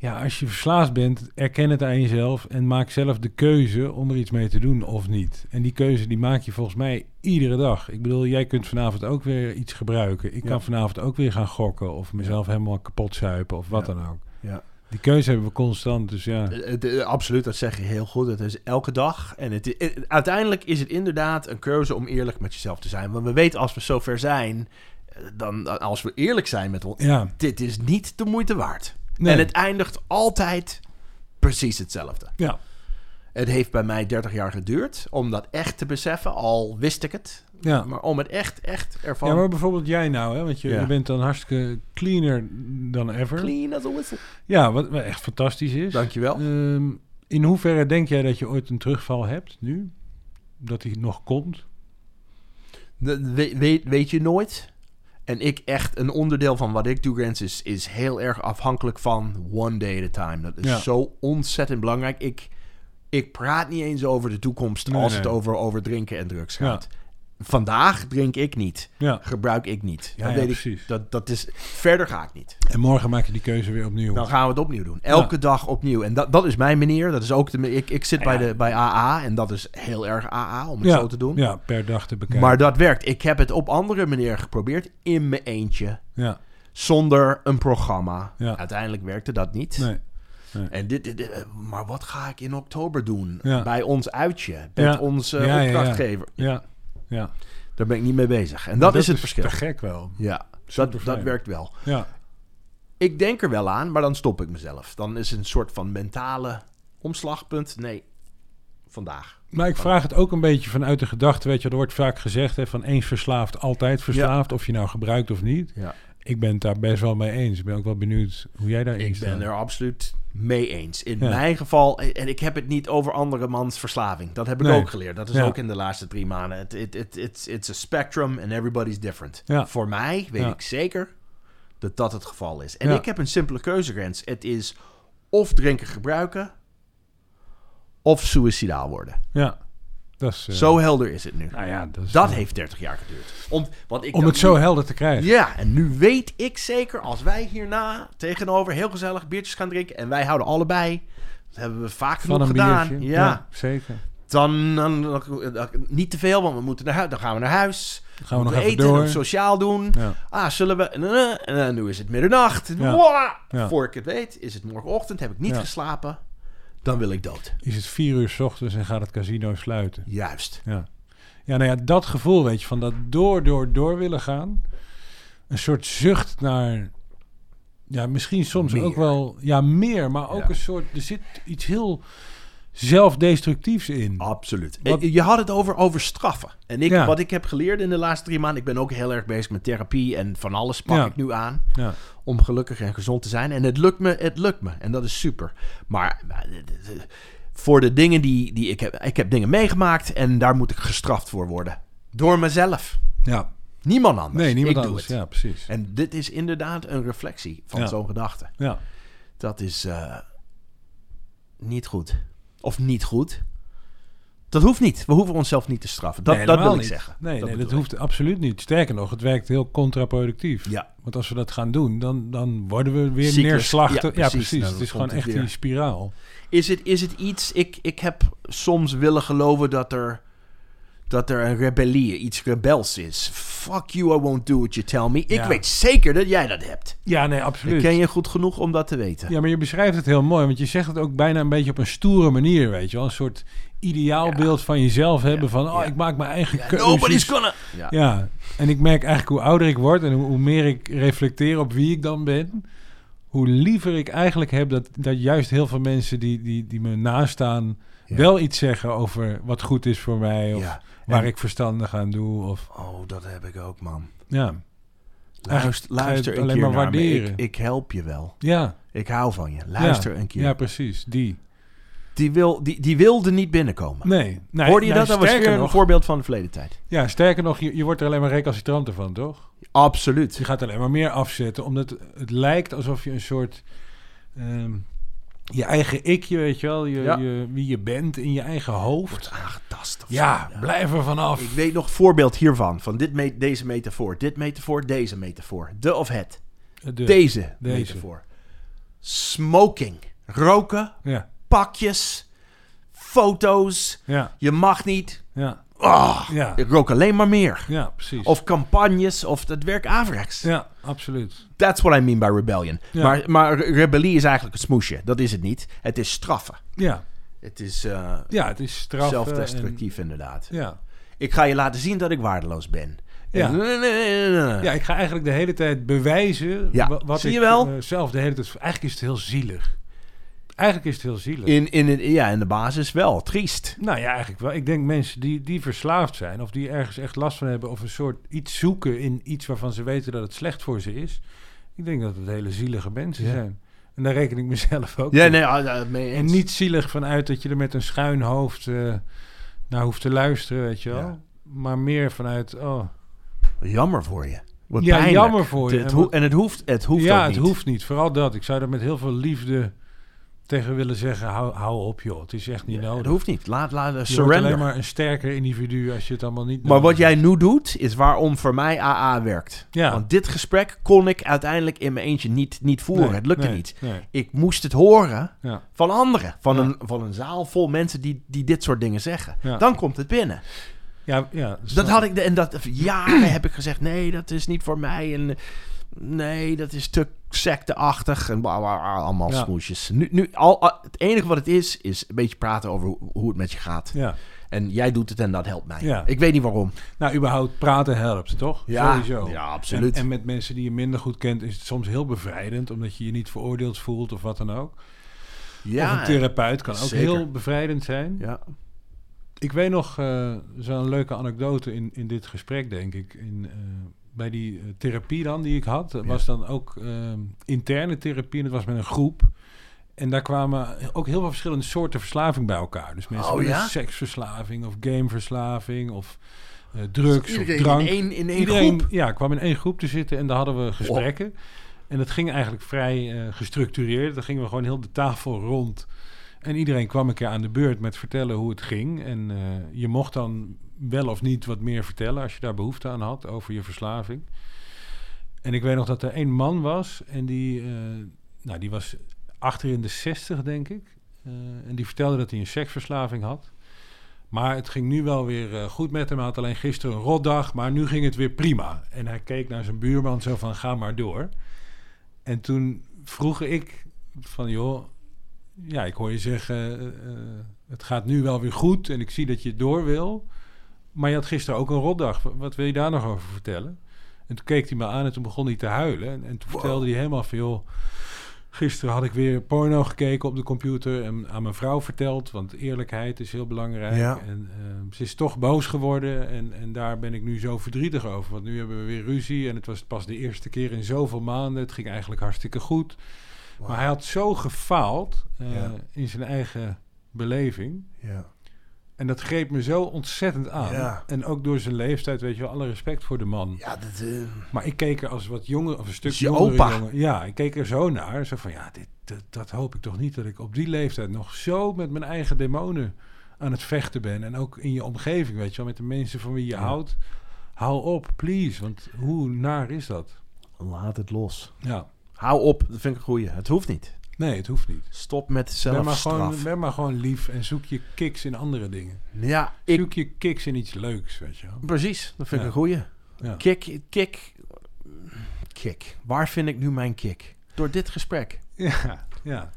Ja, als je verslaafd bent, erken het aan jezelf en maak zelf de keuze om er iets mee te doen of niet. En die keuze die maak je volgens mij iedere dag. Ik bedoel, jij kunt vanavond ook weer iets gebruiken. Ik Ja. kan vanavond ook weer gaan gokken of mezelf helemaal kapot zuipen of wat Ja. dan ook. Ja. Die keuze hebben we constant, dus ja. Eh, eh, eh, absoluut, dat zeg je heel goed. Het is elke dag. En het, i- eh, uiteindelijk is het inderdaad een keuze om eerlijk met jezelf te zijn. Want we weten als we zover zijn, eh, dan dan- als we eerlijk zijn met ons, Ja, dit is niet de moeite waard. nee. En het eindigt altijd precies hetzelfde. ja. Het heeft bij mij 30 jaar geduurd om dat echt te beseffen, al wist ik het. Ja. Maar om het echt, echt ervan... Ja, maar bijvoorbeeld jij nou, hè? want je, Ja. je bent dan hartstikke cleaner dan ever. Clean as a whistle. Ja, wat, wat echt fantastisch is. Dankjewel. Ehm, in hoeverre denk jij dat je ooit een terugval hebt nu? Dat die nog komt? Dat we- weet, weet je nooit. En ik echt, een onderdeel van wat ik doe, Rens, is, is heel erg afhankelijk van one day at a time. Dat is Ja. zo ontzettend belangrijk. Ik, ik praat niet eens over de toekomst Nee, als nee. het over, over drinken en drugs Ja. gaat. Vandaag drink ik niet. Ja. Gebruik ik niet. Ja, dat ja, weet precies. ik. Dat, dat is, verder ga ik niet. En morgen maak je die keuze weer opnieuw. Dan gaan we het opnieuw doen. Elke dag opnieuw. En dat, dat is mijn manier. Dat is ook de, ik, ik zit Ja, ja. bij, de, bij AA en dat is heel erg AA om het ja. zo te doen. Ja, per dag te bekijken. Maar dat werkt. Ik heb het op andere manieren geprobeerd. In mijn eentje. ja, Zonder een programma. Ja. Uiteindelijk werkte dat niet. nee. En dit, dit- dit- maar wat ga ik in oktober doen? Ja. Bij ons uitje. Met Ja. ons eh, Ja, ja, ja. opdrachtgever. Ja, ja. Daar ben ik niet mee bezig. En dat, Maar is het verschil. Te gek wel. Ja, dat, Superfijn. dat werkt wel. Ja, Ik denk er wel aan, maar dan stop ik mezelf. Dan is het een soort van mentale omslagpunt. Nee, vandaag. maar ik vraag het ook een beetje vanuit de gedachte, weet je, er wordt vaak gezegd hè, van eens verslaafd, altijd verslaafd, of je nou gebruikt of niet. Ja. Ik ben het daar best wel mee eens. Ik ben ook wel benieuwd hoe jij daarin Ik staat. ben er absoluut mee eens. In Ja. mijn geval, eh, en ik heb het niet over andere mans verslaving. Dat heb ik Nee. ook geleerd. Dat is Ja. ook in de laatste drie maanden. Het it, it, it's, it's a spectrum and everybody's different. Ja. Voor mij weet Ja. ik zeker dat dat het geval is. En Ja. ik heb een simpele keuzegrens. Het is of drinken gebruiken of suicidaal worden. Ja, dat is... eh, Zo helder is het nu. Nou ja, dat, is, Dat eh, heeft 30 jaar geduurd. Om, want ik Om dacht het zo nu- helder te krijgen. Ja, en nu weet ik zeker, als wij hierna tegenover heel gezellig biertjes gaan drinken... en wij houden allebei, dat hebben we vaak genoeg Van een gedaan. biertje. Ja, zeker. Dan, dan, dan- dan- niet te veel, want we moeten naar huis. Dan gaan we naar huis. Dan gaan we nog Moeten even eten, door. nog sociaal doen. Ja. Ah, zullen we... en, eh, En eh, nu is het middernacht. Ja. Voilà. Ja. Voor ik het weet, is het morgenochtend, heb ik niet Ja. geslapen. Dan wil ik dood. Is het vier uur 's ochtends en gaat het casino sluiten. Juist. Ja. ja, nou ja, dat gevoel, weet je, van dat door, door, door willen gaan. Een soort zucht naar, ja, misschien soms Meer. ook wel, ja, meer, maar ook Ja. een soort, er zit iets heel zelfdestructiefs in. Absoluut. Wat- Je had het over, over straffen. En ik, Ja. wat ik heb geleerd in de laatste drie maanden... ik ben ook heel erg bezig met therapie... en van alles pak Ja. ik nu aan... Ja. om gelukkig en gezond te zijn. En het lukt me, het lukt me. En dat is super. Maar eh, voor de dingen die, die ik heb... ik heb dingen meegemaakt... en daar moet ik gestraft voor worden. Door mezelf. ja. Niemand anders. Nee, niemand ik anders. Doe het. Ja, precies. En dit is inderdaad een reflectie van Ja. zo'n gedachte. Ja. Dat is eh, niet goed. Of niet goed. Dat hoeft niet. We hoeven onszelf niet te straffen. Dat, Nee, dat wil helemaal ik niet. zeggen. Nee, dat, nee, dat bedoel ik. hoeft absoluut niet. Sterker nog, het werkt heel contraproductief. Ja. Want als we dat gaan doen, dan, dan worden we weer Cyclus. neerslachtig. Ja, Ja, precies. precies. Nou, het dat is gewoon komt echt het die weer. spiraal. Is het, is het iets... Ik, ik heb soms willen geloven dat er... Dat er een rebellie, iets rebels is. Fuck you, I won't do what you tell me. Ik Ja. weet zeker dat jij dat hebt. Ja, nee, Ik absoluut. ken je goed genoeg om dat te weten. Ja, maar je beschrijft het heel mooi, want je zegt het ook bijna een beetje op een stoere manier, weet je wel. Een soort ideaalbeeld van jezelf hebben van, oh, Ja. ik maak mijn eigen Ja, keuzes. nobody's gonna... Ja. Ja, en ik merk eigenlijk hoe ouder ik word en hoe, hoe meer ik reflecteer op wie ik dan ben, hoe liever ik eigenlijk heb dat, dat juist heel veel mensen die, die, die me nastaan Ja. wel iets zeggen over wat goed is voor mij of Ja. waar En- ik verstandig aan doe. Of, Oh, dat heb ik ook, man. ja. Luister, ga je het luister een alleen keer maar naar me. waarderen. Ik, ik help je wel. Ja, Ik hou van je. Luister ja. een keer. Ja, precies. Die. Die, wil, die, die wilde niet binnenkomen. Nee. nee Hoorde je nou, dat? Dat was sterker weer een nog- voorbeeld van de verleden tijd. Ja, sterker nog, je, je wordt er alleen maar recalcitranter van, toch? Absoluut. Dus Je gaat alleen maar meer afzetten, omdat het lijkt alsof je een soort... ehm, je eigen ikje, weet je wel, je, Ja. je, wie je bent in je eigen hoofd. Aangetast. of Ja, zo, ja. blijf er vanaf. Ik weet nog voorbeeld hiervan. Van dit me- deze metafoor, dit metafoor, deze metafoor. De of het. De- Deze, Deze. metafoor. Smoking. Roken. Ja, Pakjes. Foto's. ja, Je mag niet. ja, Ah, ja, ik rook alleen maar meer. ja, precies. Of campagnes. Of het werk averechts. ja, absoluut. That's what I mean by rebellion. Ja. Maar, maar rebellie is eigenlijk het smoesje. Dat is het niet. Het is straffen. Ja, Het is eh ja het is straf. zelfdestructief, inderdaad. Ja. Ik ga je laten zien dat ik waardeloos ben. Ja. En- nee, nee, nee, nee, nee. ja, ik ga eigenlijk de hele tijd bewijzen Ja, wa- wat zie ik je wel? eh, zelf de hele tijd... Eigenlijk is het heel zielig. Eigenlijk is het heel zielig. In, in, in- ja, in de basis wel. Triest. Nou ja, eigenlijk wel. Ik denk mensen die, die verslaafd zijn of die ergens echt last van hebben of een soort iets zoeken in iets waarvan ze weten dat het slecht voor ze is. Ik denk dat het hele zielige mensen Ja. zijn. En daar reken ik mezelf ook Ja, toe. nee, ah, daar ben je En eens. niet zielig vanuit dat je er met een schuin hoofd eh, naar hoeft te luisteren, weet je wel. Ja. Maar meer vanuit, oh, Jammer voor je. Wat ja, pijnlijk. jammer voor Het, je. het En hoe- wat- en het hoeft, het hoeft ja, ook het niet. hoeft niet. Vooral dat. Ik zou er met heel veel liefde tegen willen zeggen, hou, hou op joh, het is echt niet Ja, nodig. Het hoeft niet. Laat, laat Je wordt surrender. alleen maar een sterker individu als je het allemaal niet Maar nodig wat jij nu doet, is waarom voor mij AA werkt. Ja. Want dit gesprek kon ik uiteindelijk in mijn eentje niet, niet voeren. Nee, het lukte nee, niet. nee. Ik moest het horen Ja. van anderen. Van, Ja. een, van een zaal vol mensen die, die dit soort dingen zeggen. Ja. Dan komt het binnen. Ja, ja, Dat had ik, de- en dat jaren heb ik gezegd: nee, dat is niet voor mij. En eh, nee, dat is te secteachtig. En bla, bla, bla, allemaal Ja. smoesjes. Nu, nu, al, al- het enige wat het is, is een beetje praten over hoe, hoe het met je gaat. Ja. En jij doet het en dat helpt mij. Ja. Ik weet niet waarom. Nou, überhaupt praten helpt, toch? Sowieso. ja absoluut. En, en met mensen die je minder goed kent is het soms heel bevrijdend, omdat je je niet veroordeeld voelt of wat dan ook. ja, of een therapeut kan ook zeker. heel bevrijdend zijn. Ja. Ik weet nog eh, zo'n leuke anekdote in, in dit gesprek, denk ik. In, eh, bij die eh, therapie dan die ik had, dat Ja. was dan ook eh, interne therapie en dat was met een groep. En daar kwamen ook heel veel verschillende soorten verslaving bij elkaar. Dus mensen Oh, met een ja? seksverslaving of gameverslaving of eh, drugs of Dus Iedereen drank. in één, in één Iedereen groep. Oh. ja, kwam in één groep te zitten en daar hadden we gesprekken. En dat ging eigenlijk vrij eh, gestructureerd. Dan gingen we gewoon heel de tafel rond. En iedereen kwam een keer aan de beurt met vertellen hoe het ging. En eh, je mocht dan wel of niet wat meer vertellen als je daar behoefte aan had over je verslaving. En ik weet nog dat er één man was en die, eh, nou, die was achter in de 60, denk ik. Eh, en die vertelde dat hij een seksverslaving had. Maar het ging nu wel weer eh, goed met hem. Hij had alleen gisteren een rotdag, maar nu ging het weer prima. En hij keek naar zijn buurman zo van, ga maar door. En toen vroeg ik van, joh, ja, ik hoor je zeggen, eh, eh, het gaat nu wel weer goed en ik zie dat je door wil. Maar je had gisteren ook een rotdag. Wa- Wat wil je daar nog over vertellen? En toen keek hij me aan en toen begon hij te huilen. En, en toen vertelde hij helemaal van, joh, gisteren had ik weer porno gekeken op de computer en aan mijn vrouw verteld, want eerlijkheid is heel belangrijk. Ja. En ehm, ze is toch boos geworden en, en daar ben ik nu zo verdrietig over, want nu hebben we weer ruzie en het was pas de eerste keer in zoveel maanden. Het ging eigenlijk hartstikke goed. Maar hij had zo gefaald eh, Ja. in zijn eigen beleving. Ja. En dat greep me zo ontzettend aan. Ja. En ook door zijn leeftijd, weet je wel, alle respect voor de man. Ja, dat... eh, Maar ik keek er als wat jonger, of een stuk Is je jongere opa. jongen- Ja, ik keek er zo naar. Zo van, ja, dit, dat, dat hoop ik toch niet. Dat ik op die leeftijd nog zo met mijn eigen demonen aan het vechten ben. En ook in je omgeving, weet je wel, met de mensen van wie je houdt. Hou op, please. Want hoe naar is dat? Laat het los. Ja, Hou op, dat vind ik een goeie. Het hoeft niet. nee, het hoeft niet. Stop met Ben maar, zelfstraf. gewoon, eh, ben maar gewoon lief en zoek je kicks in andere dingen. Ja, ik... Zoek je kicks in iets leuks, weet je wel. Precies, dat vind ik Ja. een goeie. Ja. Kick, kick... Kick. Waar vind ik nu mijn kick? Door dit gesprek. Ja, ja.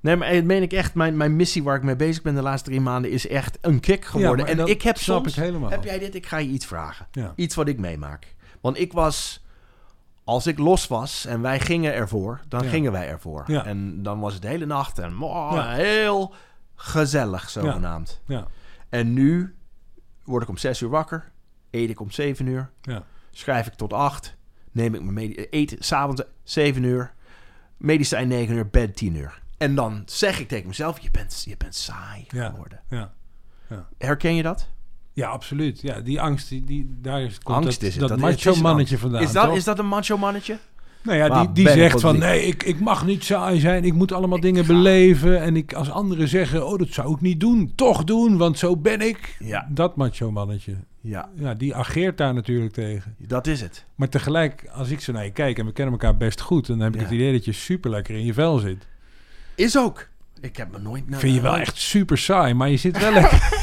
Nee, maar dat meen ik echt. Mijn, mijn missie waar ik mee bezig ben de laatste drie maanden is echt een kick Ja, geworden. maar en dat ik heb snap soms... ik helemaal. Heb jij dit? Ik ga je iets vragen. Ja. Iets wat ik meemaak. Want ik was... Als ik los was en wij gingen ervoor, dan Ja. gingen wij ervoor. Ja. En dan was het de hele nacht en oh, Ja. heel gezellig zogenaamd. Ja, En nu word ik om zes uur wakker, eet ik om zeven uur, ja, schrijf ik tot acht, neem ik mijn medi- eten s'avonds zeven uur, medicijn negen uur, bed tien uur. En dan zeg ik tegen mezelf, je bent, je bent saai Ja. geworden. ja. Herken je dat? Ja, absoluut. Ja, die angst, die, die, daar is, komt Angst dat, is het. dat, Dat is- het macho is een mannetje vandaan. is, dat, toch? is dat een macho mannetje? nou ja, Waar die, die ben ik zegt ook van, niet? nee, ik, ik mag niet saai zijn. Ik moet allemaal dingen beleven. En ik, als anderen zeggen, oh, dat zou ik niet doen. Toch doen, want zo ben ik. Ja. Dat macho mannetje. Ja, Ja, die ageert daar natuurlijk tegen. dat is het. Maar tegelijk, als ik zo naar je kijk en we kennen elkaar best goed, dan heb ik Ja. het idee dat je super lekker in je vel zit. Is ook. Ik heb me nooit... Vind je wel echt super saai, maar je zit wel lekker.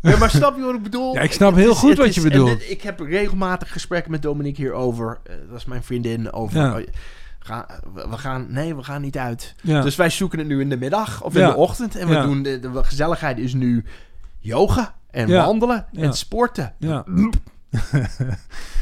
Ja, maar snap je wat ik bedoel? Ja, ik snap heel Het is- goed het wat is- je en bedoelt. dit- ik heb regelmatig gesprekken met Dominique hierover. Eh, dat is mijn vriendin. Over, Ja. oh, je- ga, we we gaan, nee, we gaan niet uit. Ja. Dus wij zoeken het nu in de middag of in Ja. de ochtend. En we Ja. doen de, de gezelligheid is nu yoga en Ja. wandelen Ja. en sporten. ja.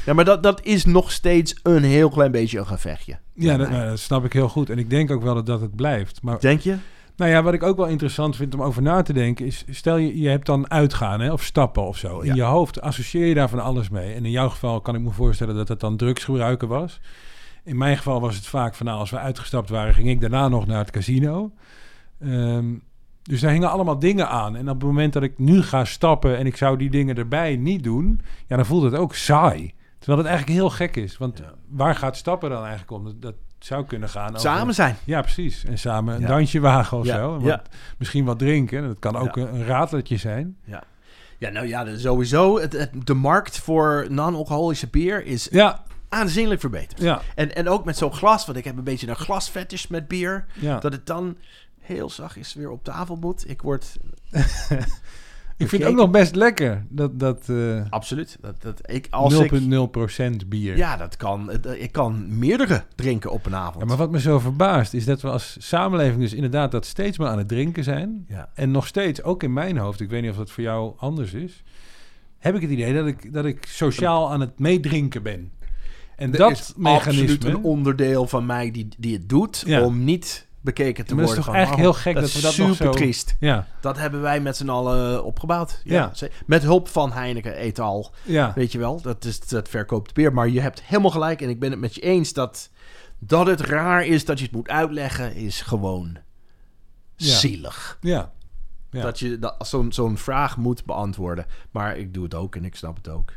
Ja, maar dat, dat is nog steeds een heel klein beetje een gevechtje. Ja, dat, nou, dat snap ik heel goed. En ik denk ook wel dat, dat het blijft. Maar Denk je? nou ja, wat ik ook wel interessant vind om over na te denken is... stel je, je hebt dan uitgaan hè, of stappen of zo. In Ja. je hoofd associeer je daar van alles mee. En in jouw geval kan ik me voorstellen dat het dan drugsgebruiken was. In mijn geval was het vaak van... Nou, als we uitgestapt waren, ging ik daarna nog naar het casino. Ehm, dus daar hingen allemaal dingen aan. En op het moment dat ik nu ga stappen en ik zou die dingen erbij niet doen... ja, dan voelt het ook saai. Terwijl het eigenlijk heel gek is. Want Ja. waar gaat stappen dan eigenlijk om? Dat, dat zou kunnen gaan over... Samen zijn. Nou, Ja, precies. En samen een Ja. dansje wagen of Ja, zo. En ja. wat- Misschien wat drinken. Dat kan ook een, een rateltje zijn. Ja, nou ja, dat- sowieso. Het, het- de markt voor non-alcoholische bier is Ja, aanzienlijk verbeterd. ja, En, en ook met zo'n glas, want ik heb een beetje een glasfetish met bier. ja. Dat het dan heel zachtjes weer op tafel moet. Ik word... ik vind het bekeken. ook nog best lekker. Dat, dat eh Absoluut. Dat, dat, ik, als ik, 0,0% bier. ja, dat kan. Het- eh, Ik kan meerdere drinken op een avond. Ja, maar wat me zo verbaast is dat we als samenleving dus inderdaad dat steeds maar aan het drinken zijn. Ja. En nog steeds, ook in mijn hoofd, ik weet niet of dat voor jou anders is, heb ik het idee dat ik, dat ik sociaal aan het meedrinken ben. En Er dat is absoluut mechanisme... een onderdeel van mij die, die het doet Ja. om niet bekeken te Maar dat worden. is toch van, eigenlijk "Oh, heel gek dat is we dat nog super zo- triest. ja, Dat hebben wij met z'n allen opgebouwd. Ja, Ja. ze- Met hulp van Heineken et al. ja. Weet je wel, dat, is, dat verkoopt bier. Maar je hebt helemaal gelijk en ik ben het met je eens dat, dat het raar is dat je het moet uitleggen, is gewoon Ja. zielig. ja. Ja. Dat je dat, zo'n, zo'n vraag moet beantwoorden. Maar ik doe het ook en ik snap het ook.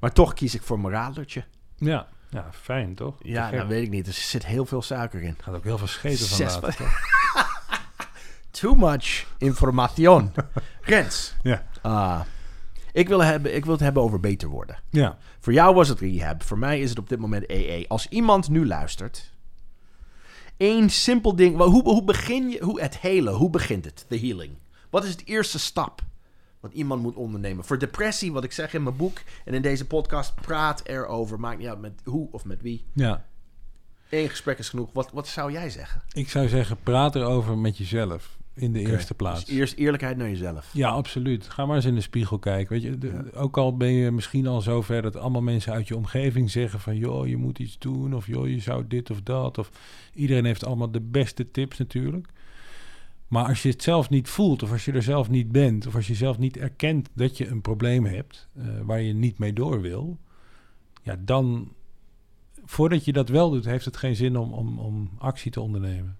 Maar toch kies ik voor mijn radertje. Ja, ja fijn toch? Ja, Te gek. dat weet ik niet. Er zit heel veel suiker in. gaat ook heel veel scheten van Zes later. van- toch? Too much information. Rens. Ja. Ah, ik, wil hebben, ik wil het hebben over beter worden. Ja, Voor jou was het rehab. Voor mij is het op dit moment EE. Als iemand nu luistert... één simpel ding. wel, Hoe, hoe begin je... Hoe, het helen. Hoe begint het? De healing. Wat is de eerste stap? Wat iemand moet ondernemen. Voor depressie, wat ik zeg in mijn boek... en in deze podcast, praat erover. Maakt niet uit met hoe of met wie. ja. Eén gesprek is genoeg. Wat, wat zou jij zeggen? Ik zou zeggen, praat erover met jezelf in de eerste plaats. Dus eerst eerlijkheid naar jezelf. Ja, absoluut. Ga maar eens in de spiegel kijken. Weet je, de- Ook al ben je misschien al zover dat allemaal mensen uit je omgeving zeggen van... joh, je moet iets doen of joh, je zou dit of dat. Of iedereen heeft allemaal de beste tips natuurlijk. Maar als je het zelf niet voelt of als je er zelf niet bent... of als je zelf niet erkent dat je een probleem hebt eh, waar je niet mee door wil... ja, dan... voordat je dat wel doet, heeft het geen zin om, om, om actie te ondernemen.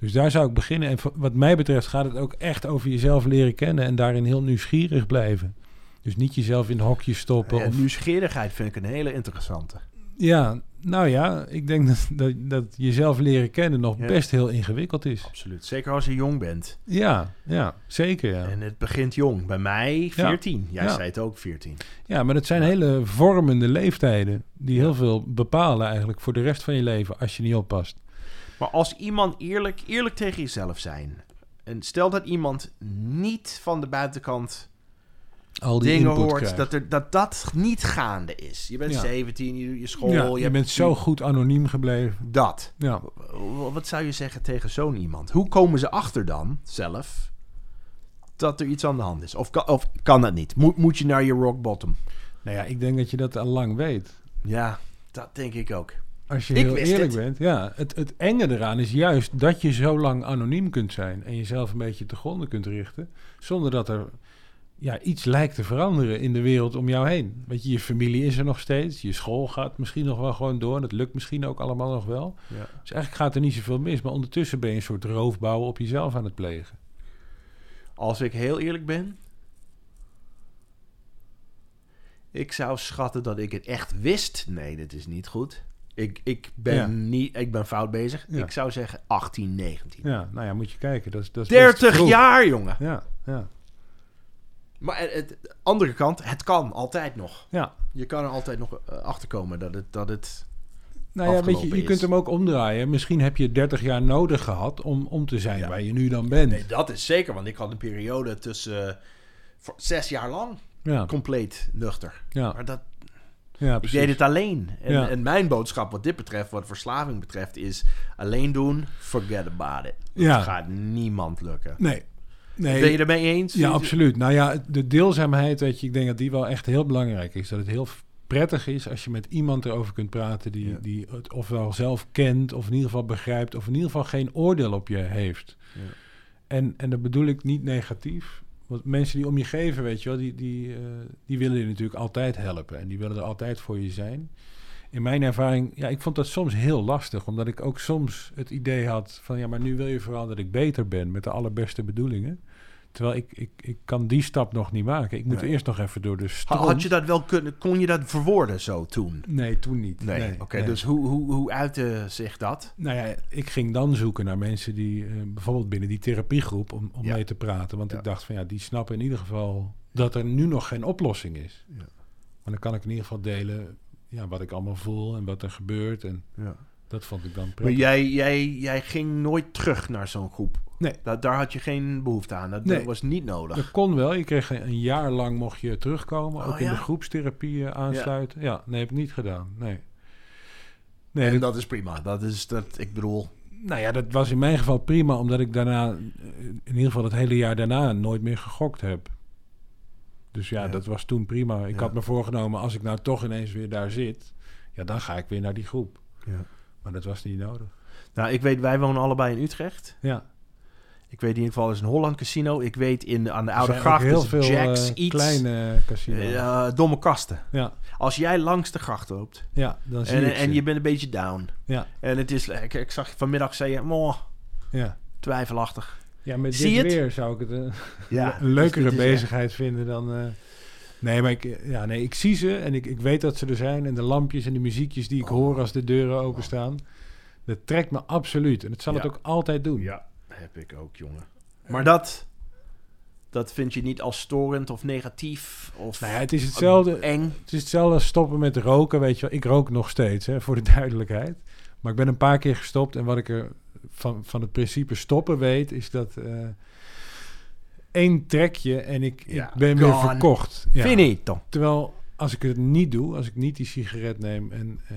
Dus daar zou ik beginnen. En voor- wat mij betreft gaat het ook echt over jezelf leren kennen en daarin heel nieuwsgierig blijven. Dus niet jezelf in hokjes stoppen. Ja, of, nieuwsgierigheid vind ik een hele interessante. ja, nou ja, ik denk dat, dat, dat jezelf leren kennen nog Ja. best heel ingewikkeld is. Absoluut. Zeker als je jong bent. Ja, ja zeker. Ja. En het begint jong. Bij mij 14. Jij Ja. zei het ook 14. ja, maar dat zijn hele vormende leeftijden die heel veel bepalen eigenlijk voor de rest van je leven als je niet oppast. Maar als iemand eerlijk, eerlijk tegen jezelf zijn. En stel dat iemand niet van de buitenkant Al die dingen input hoort. krijgt. Dat, er, dat dat niet gaande is. Je bent Ja. 17, je doet je school. ja, Oh, je je hebt- bent zo goed anoniem gebleven. Dat. Ja. W- Wat zou je zeggen tegen zo'n iemand? Hoe komen ze achter dan zelf dat er iets aan de hand is? Of kan, of kan dat niet? Moet, moet je naar je rock bottom? Nou ja, ik denk dat je dat al lang weet. Ja, dat denk ik ook. Als je Ik heel wist eerlijk het. bent, ja. Het, het enge eraan is juist dat je zo lang anoniem kunt zijn en jezelf een beetje te gronden kunt richten, zonder dat er ja, iets lijkt te veranderen in de wereld om jou heen. Weet je, je familie is er nog steeds, je school gaat misschien nog wel gewoon door, en het lukt misschien ook allemaal nog wel. Ja. Dus eigenlijk gaat er niet zoveel mis, maar ondertussen ben je een soort roofbouw op jezelf aan het plegen. Als ik heel eerlijk ben. Ik zou schatten dat ik het echt wist. Nee, dit is niet goed. Ik, ik, ben, Ja. niet, ik ben fout bezig. Ja. Ik zou zeggen 18, 19. Ja, nou ja, moet je kijken. Dat is, dat is best 30 vroeg. jaar, jongen. Ja, ja, Maar het, het- de andere kant, het kan altijd nog. ja. Je kan er altijd nog eh, achterkomen dat het, dat het... Nou ja, weet je, afgelopen je is. kunt hem ook omdraaien. Misschien heb je 30 jaar nodig gehad om, om te zijn waar je nu dan bent. Nee, dat is zeker. Want ik had een periode tussen... eh, voor zes jaar lang Ja, compleet nuchter. ja, Maar dat, ja Ik precies. deed het alleen. En, Ja. en mijn boodschap wat dit betreft, wat verslaving betreft, is alleen doen, forget about it. Dat Ja. gaat niemand lukken. Nee. Nee, Ben je daarmee eens? Ja, absoluut. Nou ja, de deelzaamheid, weet je, ik denk dat die wel echt heel belangrijk is. Dat het heel f- prettig is als je met iemand erover kunt praten die, Ja. die het ofwel zelf kent, of in ieder geval begrijpt, of in ieder geval geen oordeel op je heeft. Ja. En, en dat bedoel ik niet negatief. Want mensen die om je geven, weet je wel, die, die, eh, die willen je natuurlijk altijd helpen. En die willen er altijd voor je zijn. In mijn ervaring, ja, ik vond dat soms heel lastig. Omdat ik ook soms het idee had van, ja, maar nu wil je vooral dat ik beter ben. Met de allerbeste bedoelingen. Terwijl ik, ik, ik kan die stap nog niet maken. Ik moet Nee. eerst nog even door de Ha- stroom. Had je dat wel kunnen, kon je dat verwoorden zo toen? Nee, toen niet. Nee, oké. nee. Dus hoe, hoe, hoe uitte zich dat? Nou ja, ik ging dan zoeken naar mensen die eh, bijvoorbeeld binnen die therapiegroep om, om Ja. mee te praten. Want Ja. ik dacht van ja, die snappen in ieder geval dat er nu nog geen oplossing is. Ja. Maar dan kan ik in ieder geval delen ja, wat ik allemaal voel en wat er gebeurt. En Ja. dat vond ik dan Maar prettig. jij, jij, jij ging nooit terug naar zo'n groep. Nee. Dat, daar had je geen behoefte aan. Dat, dat Nee. was niet nodig. Dat kon wel. Je kreeg een een jaar lang mocht je terugkomen. Oh, ook in ja? de groepstherapie eh, aansluiten. Ja. nee, heb ik niet gedaan. Nee. Nee, en dat- dat is prima. Dat is dat, ik bedoel. Nou ja, dat was in mijn geval prima, omdat ik daarna, eh, in ieder geval het hele jaar daarna, nooit meer gegokt heb. Dus ja, Ja. dat was toen prima. Ik Ja. had me voorgenomen, als ik nou toch ineens weer daar zit, ja, dan ga ik weer naar die groep. Ja. Maar dat was niet nodig. Nou, ik weet, wij wonen allebei in Utrecht. Ja, Ik weet in ieder geval is een Holland Casino. Ik weet in, aan de Er Oude zijn ook Gracht heel is veel Jacks eh, iets. kleine casino's. Eh, ja. eh, domme kasten. Ja, Als jij langs de gracht loopt dan zie en, eh, ik en ze. je bent een beetje down. Ja. En het is, ik, ik zag je vanmiddag, zei je, "Moh, ja. twijfelachtig. ja, met Zie dit het? weer zou ik het eh, een, Ja, een leukere dus dit is echt- bezigheid vinden dan... eh, Nee, maar ik, ja, nee, ik zie ze en ik, ik weet dat ze er zijn. En de lampjes en de muziekjes die ik Oh. hoor als de deuren openstaan. Dat trekt me absoluut. En dat zal het Ja. ook altijd doen. Ja, heb ik ook, jongen. Maar dat, dat vind je niet als storend of negatief of Nou ja, het is hetzelfde. eng. Het is hetzelfde als stoppen met roken, weet je wel. Ik rook nog steeds, hè, voor de duidelijkheid. Maar ik ben een paar keer gestopt. En wat ik er van, van het principe stoppen weet, is dat... eh één trekje en ik, Ja, ik ben weer gone. verkocht. Ja. Finito. Terwijl als ik het niet doe, als ik niet die sigaret neem en eh,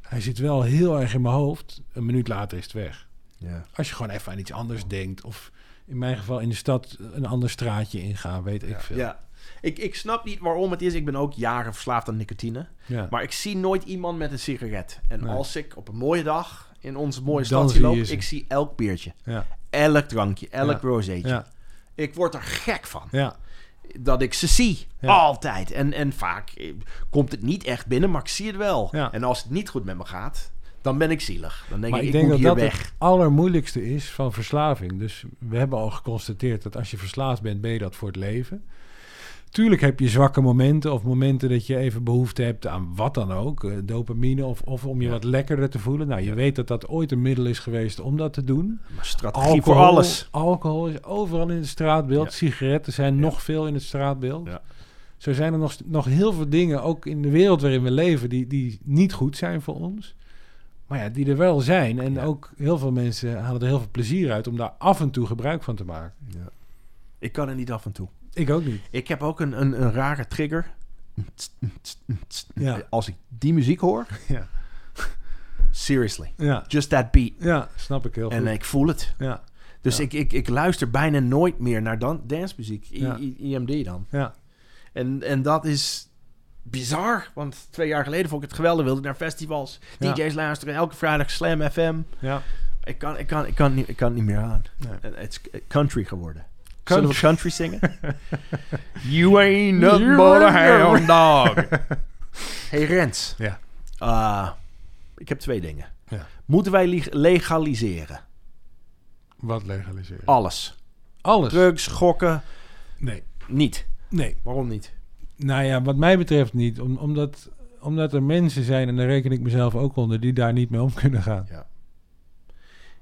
hij zit wel heel erg in mijn hoofd, een minuut later is het weg. Ja. Als je gewoon even aan iets anders denkt of in mijn geval in de stad een ander straatje ingaan, weet ik veel. ja. Ik, ik snap niet waarom het is. Ik ben ook jaren verslaafd aan nicotine. Ja. Maar ik zie nooit iemand met een sigaret. En Nee. als ik op een mooie dag in onze mooie Dan stad zie je loop, ze. ik zie elk biertje, Ja. elk drankje, elk Ja. rozeetje. ja, Ik word er gek van. ja, Dat ik ze zie. Ja. Altijd. En, en vaak eh, komt het niet echt binnen, maar ik zie het wel. Ja. En als het niet goed met me gaat, dan ben ik zielig. Dan denk Maar ik, ik ik denk moet dat hier dat weg. het allermoeilijkste is van verslaving. Dus we hebben al geconstateerd dat als je verslaafd bent, ben je dat voor het leven. Tuurlijk heb je zwakke momenten of momenten dat je even behoefte hebt aan wat dan ook. eh, Dopamine of, of om je Ja. wat lekkerder te voelen. Nou, je weet dat dat ooit een middel is geweest om dat te doen. Maar strategie voor alles. Alcohol is overal in het straatbeeld. Ja. Sigaretten zijn Ja. nog veel in het straatbeeld. Ja. Zo zijn er nog, nog heel veel dingen, ook in de wereld waarin we leven, die, die niet goed zijn voor ons. Maar ja, die er wel zijn. En Ja. ook heel veel mensen halen er heel veel plezier uit om daar af en toe gebruik van te maken. Ik kan er niet af en toe. Ik ook niet. Ik heb ook een, een, een rare trigger. eh, Ja. Als ik die muziek hoor. Ja. Seriously. Ja, Just that beat. ja snap ik heel goed. En ik voel het. ja, Dus Ja. ik, ik, ik luister bijna nooit meer naar dan, dancemuziek. I- Ja. I- IMD dan. ja, En, en dat is bizar. Want twee jaar geleden vond ik het geweldig. Wilde ik naar festivals. Ja. DJ's luisteren. Elke vrijdag Slam FM. ja. Ik kan, ik kan, ik kan, niet, ik kan niet meer aan. Nee. En Het is country geworden. Country. Zullen we country zingen? you ain't nothing You but a hound ain't dog. hey Rens. Ja. Ah, ik heb twee dingen. Ja. Moeten wij leg- legaliseren? Wat legaliseren? Alles. Alles. Drugs, gokken, Nee, niet. nee. Waarom niet? Nou ja, wat mij betreft niet. Om, omdat, omdat er mensen zijn, en daar reken ik mezelf ook onder, die daar niet mee om kunnen gaan. Ja.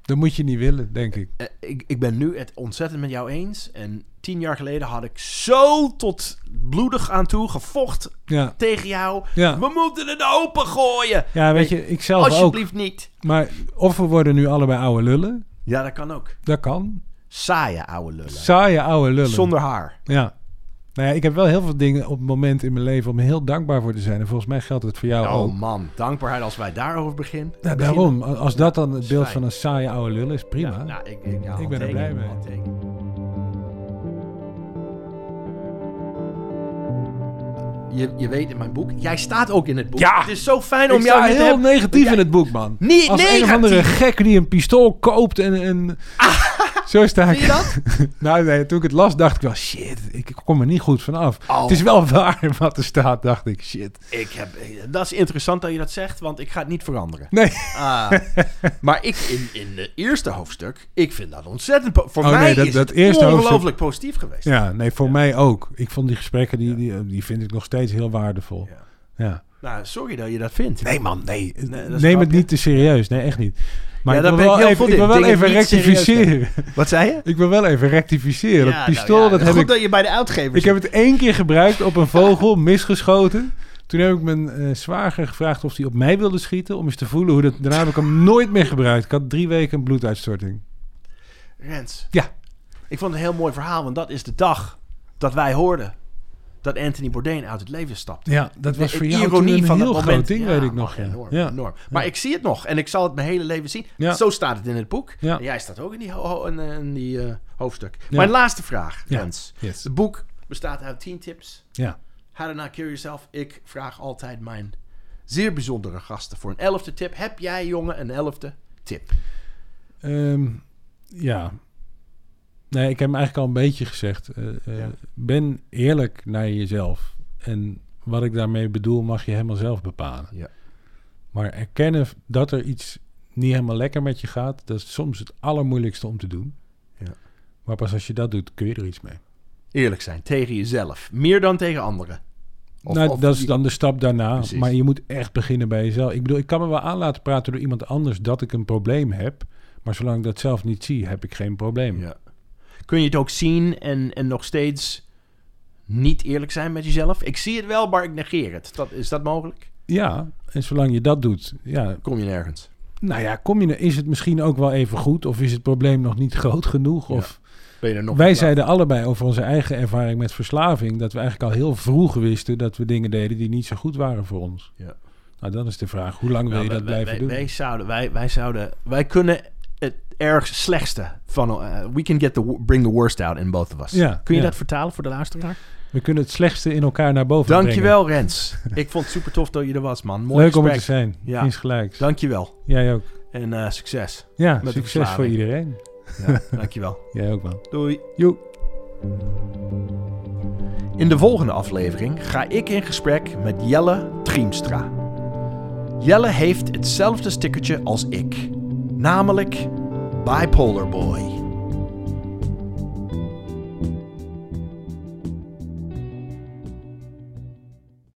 Dat moet je niet willen, denk ik. Eh, ik, ik ben nu het ontzettend met jou eens. En tien jaar geleden had ik zo tot bloedig aan toe gevochten Ja, tegen jou. ja. We moeten het opengooien. ja weet je, ik zelf ook. Alsjeblieft niet. Maar of we worden nu allebei oude lullen, Ja, dat kan ook. dat kan. Saaie oude lullen. Saaie oude lullen. Zonder haar. Ja. Nou ja, ik heb wel heel veel dingen op het moment in mijn leven om heel dankbaar voor te zijn. En volgens mij geldt het voor jou Oh, ook. man, dankbaarheid als wij daarover begin- beginnen. Nou, daarom, a- als dat dan het beeld Saai. van een saaie oude lullen is, prima. Ja, nou, ik, ik, ja, Ik ben er handteken, blij mee. handteken. je, je weet in mijn boek. Jij staat ook in het boek. Ja. Het is zo fijn Ik om jou sta hier te heel hebben. negatief Ja. in het boek, man. Niet Als een of andere negatief. gek die een pistool koopt en... en Zo sta Zie je ik. dat? Nou nee, toen ik het las, dacht ik wel... Shit, ik kom er niet goed vanaf. Oh. Het is wel waar wat er staat, dacht ik. Shit. ik heb, eh, dat is interessant dat je dat zegt, want ik ga het niet veranderen. Nee. Ah, maar ik, in, in het eerste hoofdstuk, ik vind dat ontzettend... po- Voor Oh, mij nee, dat- is dat het eerste hoofdstuk- ongelooflijk positief geweest. Ja, nee, voor mij ook. Ik vond die gesprekken, die, die, die vind ik nog steeds heel waardevol. Ja. Ja. Nou, sorry dat je dat vindt. Nee man, nee. dat is Neem het grapje. niet te serieus. Nee, echt niet. Maar Ja, ik wil daar ben ik wel heel even, goed ik wil in. wel Dingen even niet serieus rectificeren. Wat zei je? Ik wil wel even rectificeren. Ja, dat nou pistool, ja, dat heb Goed ik... dat je bij de uitgever Ik heb het één keer gebruikt op een vogel, misgeschoten. Toen heb ik mijn eh zwager gevraagd of hij op mij wilde schieten... om eens te voelen hoe dat... Daarna heb ik hem nooit meer gebruikt. Ik had drie weken een bloeduitstorting. Rens. Ja. Ik vond het een heel mooi verhaal, want dat is de dag dat wij hoorden dat Anthony Bourdain uit het leven stapte. Ja, dat was De voor jou ironie toen een van dat heel groot moment. ding, Ja, weet ik nog. Ja. Enorm, ja. enorm. Maar ik zie het nog en ik zal het mijn hele leven zien. Ja. Zo staat het in het boek. Ja. En jij staat ook in die, ho- ho- in, eh, in die eh, hoofdstuk. Ja. Mijn laatste vraag, Ja. Rens. Yes. Het boek bestaat uit 10 tips. ja. How to not kill yourself. Ik vraag altijd mijn zeer bijzondere gasten voor een elfde tip. Heb jij, jongen, een elfde tip? Ehm, ja. Nee, ik heb hem eigenlijk al een beetje gezegd. Eh, eh, Ja. Ben eerlijk naar jezelf. En wat ik daarmee bedoel, mag je helemaal zelf bepalen. Ja. Maar erkennen dat er iets niet helemaal lekker met je gaat, dat is soms het allermoeilijkste om te doen. Ja. Maar pas als je dat doet, kun je er iets mee. Eerlijk zijn, tegen jezelf. Meer dan tegen anderen. Of- nou, of- dat is dan de stap daarna. Precies. Maar je moet echt beginnen bij jezelf. Ik bedoel, ik kan me wel aan laten praten door iemand anders dat ik een probleem heb. Maar zolang ik dat zelf niet zie, heb ik geen probleem. Ja. Kun je het ook zien en, en nog steeds niet eerlijk zijn met jezelf? Ik zie het wel, maar ik negeer het. Dat, is dat mogelijk? Ja, en zolang je dat doet, ja, Kom je nergens. nou ja, kom je, is het misschien ook wel even goed of is het probleem nog niet groot genoeg? Ja, Of, Ben je er nog wij niet zeiden allebei over onze eigen ervaring met verslaving dat we eigenlijk al heel vroeg wisten dat we dingen deden die niet zo goed waren voor ons. Ja. Nou, dan is de vraag, hoe lang klaar? wil je Nou, dat wij- blijven wij, doen? Wij zouden, wij, wij zouden, wij kunnen het erg slechtste van, eh, we can get the, wo- bring the worst out in both of us. Ja, Kun je ja. dat vertalen voor de luisteraar? We kunnen het slechtste in elkaar naar boven brengen. Dankjewel Rens. Ik vond het super tof dat je er was man. Mooi Leuk om er te gesprek. zijn. Ja. Insgelijks. Dankjewel. Jij ook. En eh, succes. Ja, de succes voor verslaving. iedereen. Ja, dankjewel. Jij ook man. Doei. Joe. In de volgende aflevering ga ik in gesprek met Jelle Triemstra. Jelle heeft hetzelfde stickertje als ik, namelijk Bipolar Boy.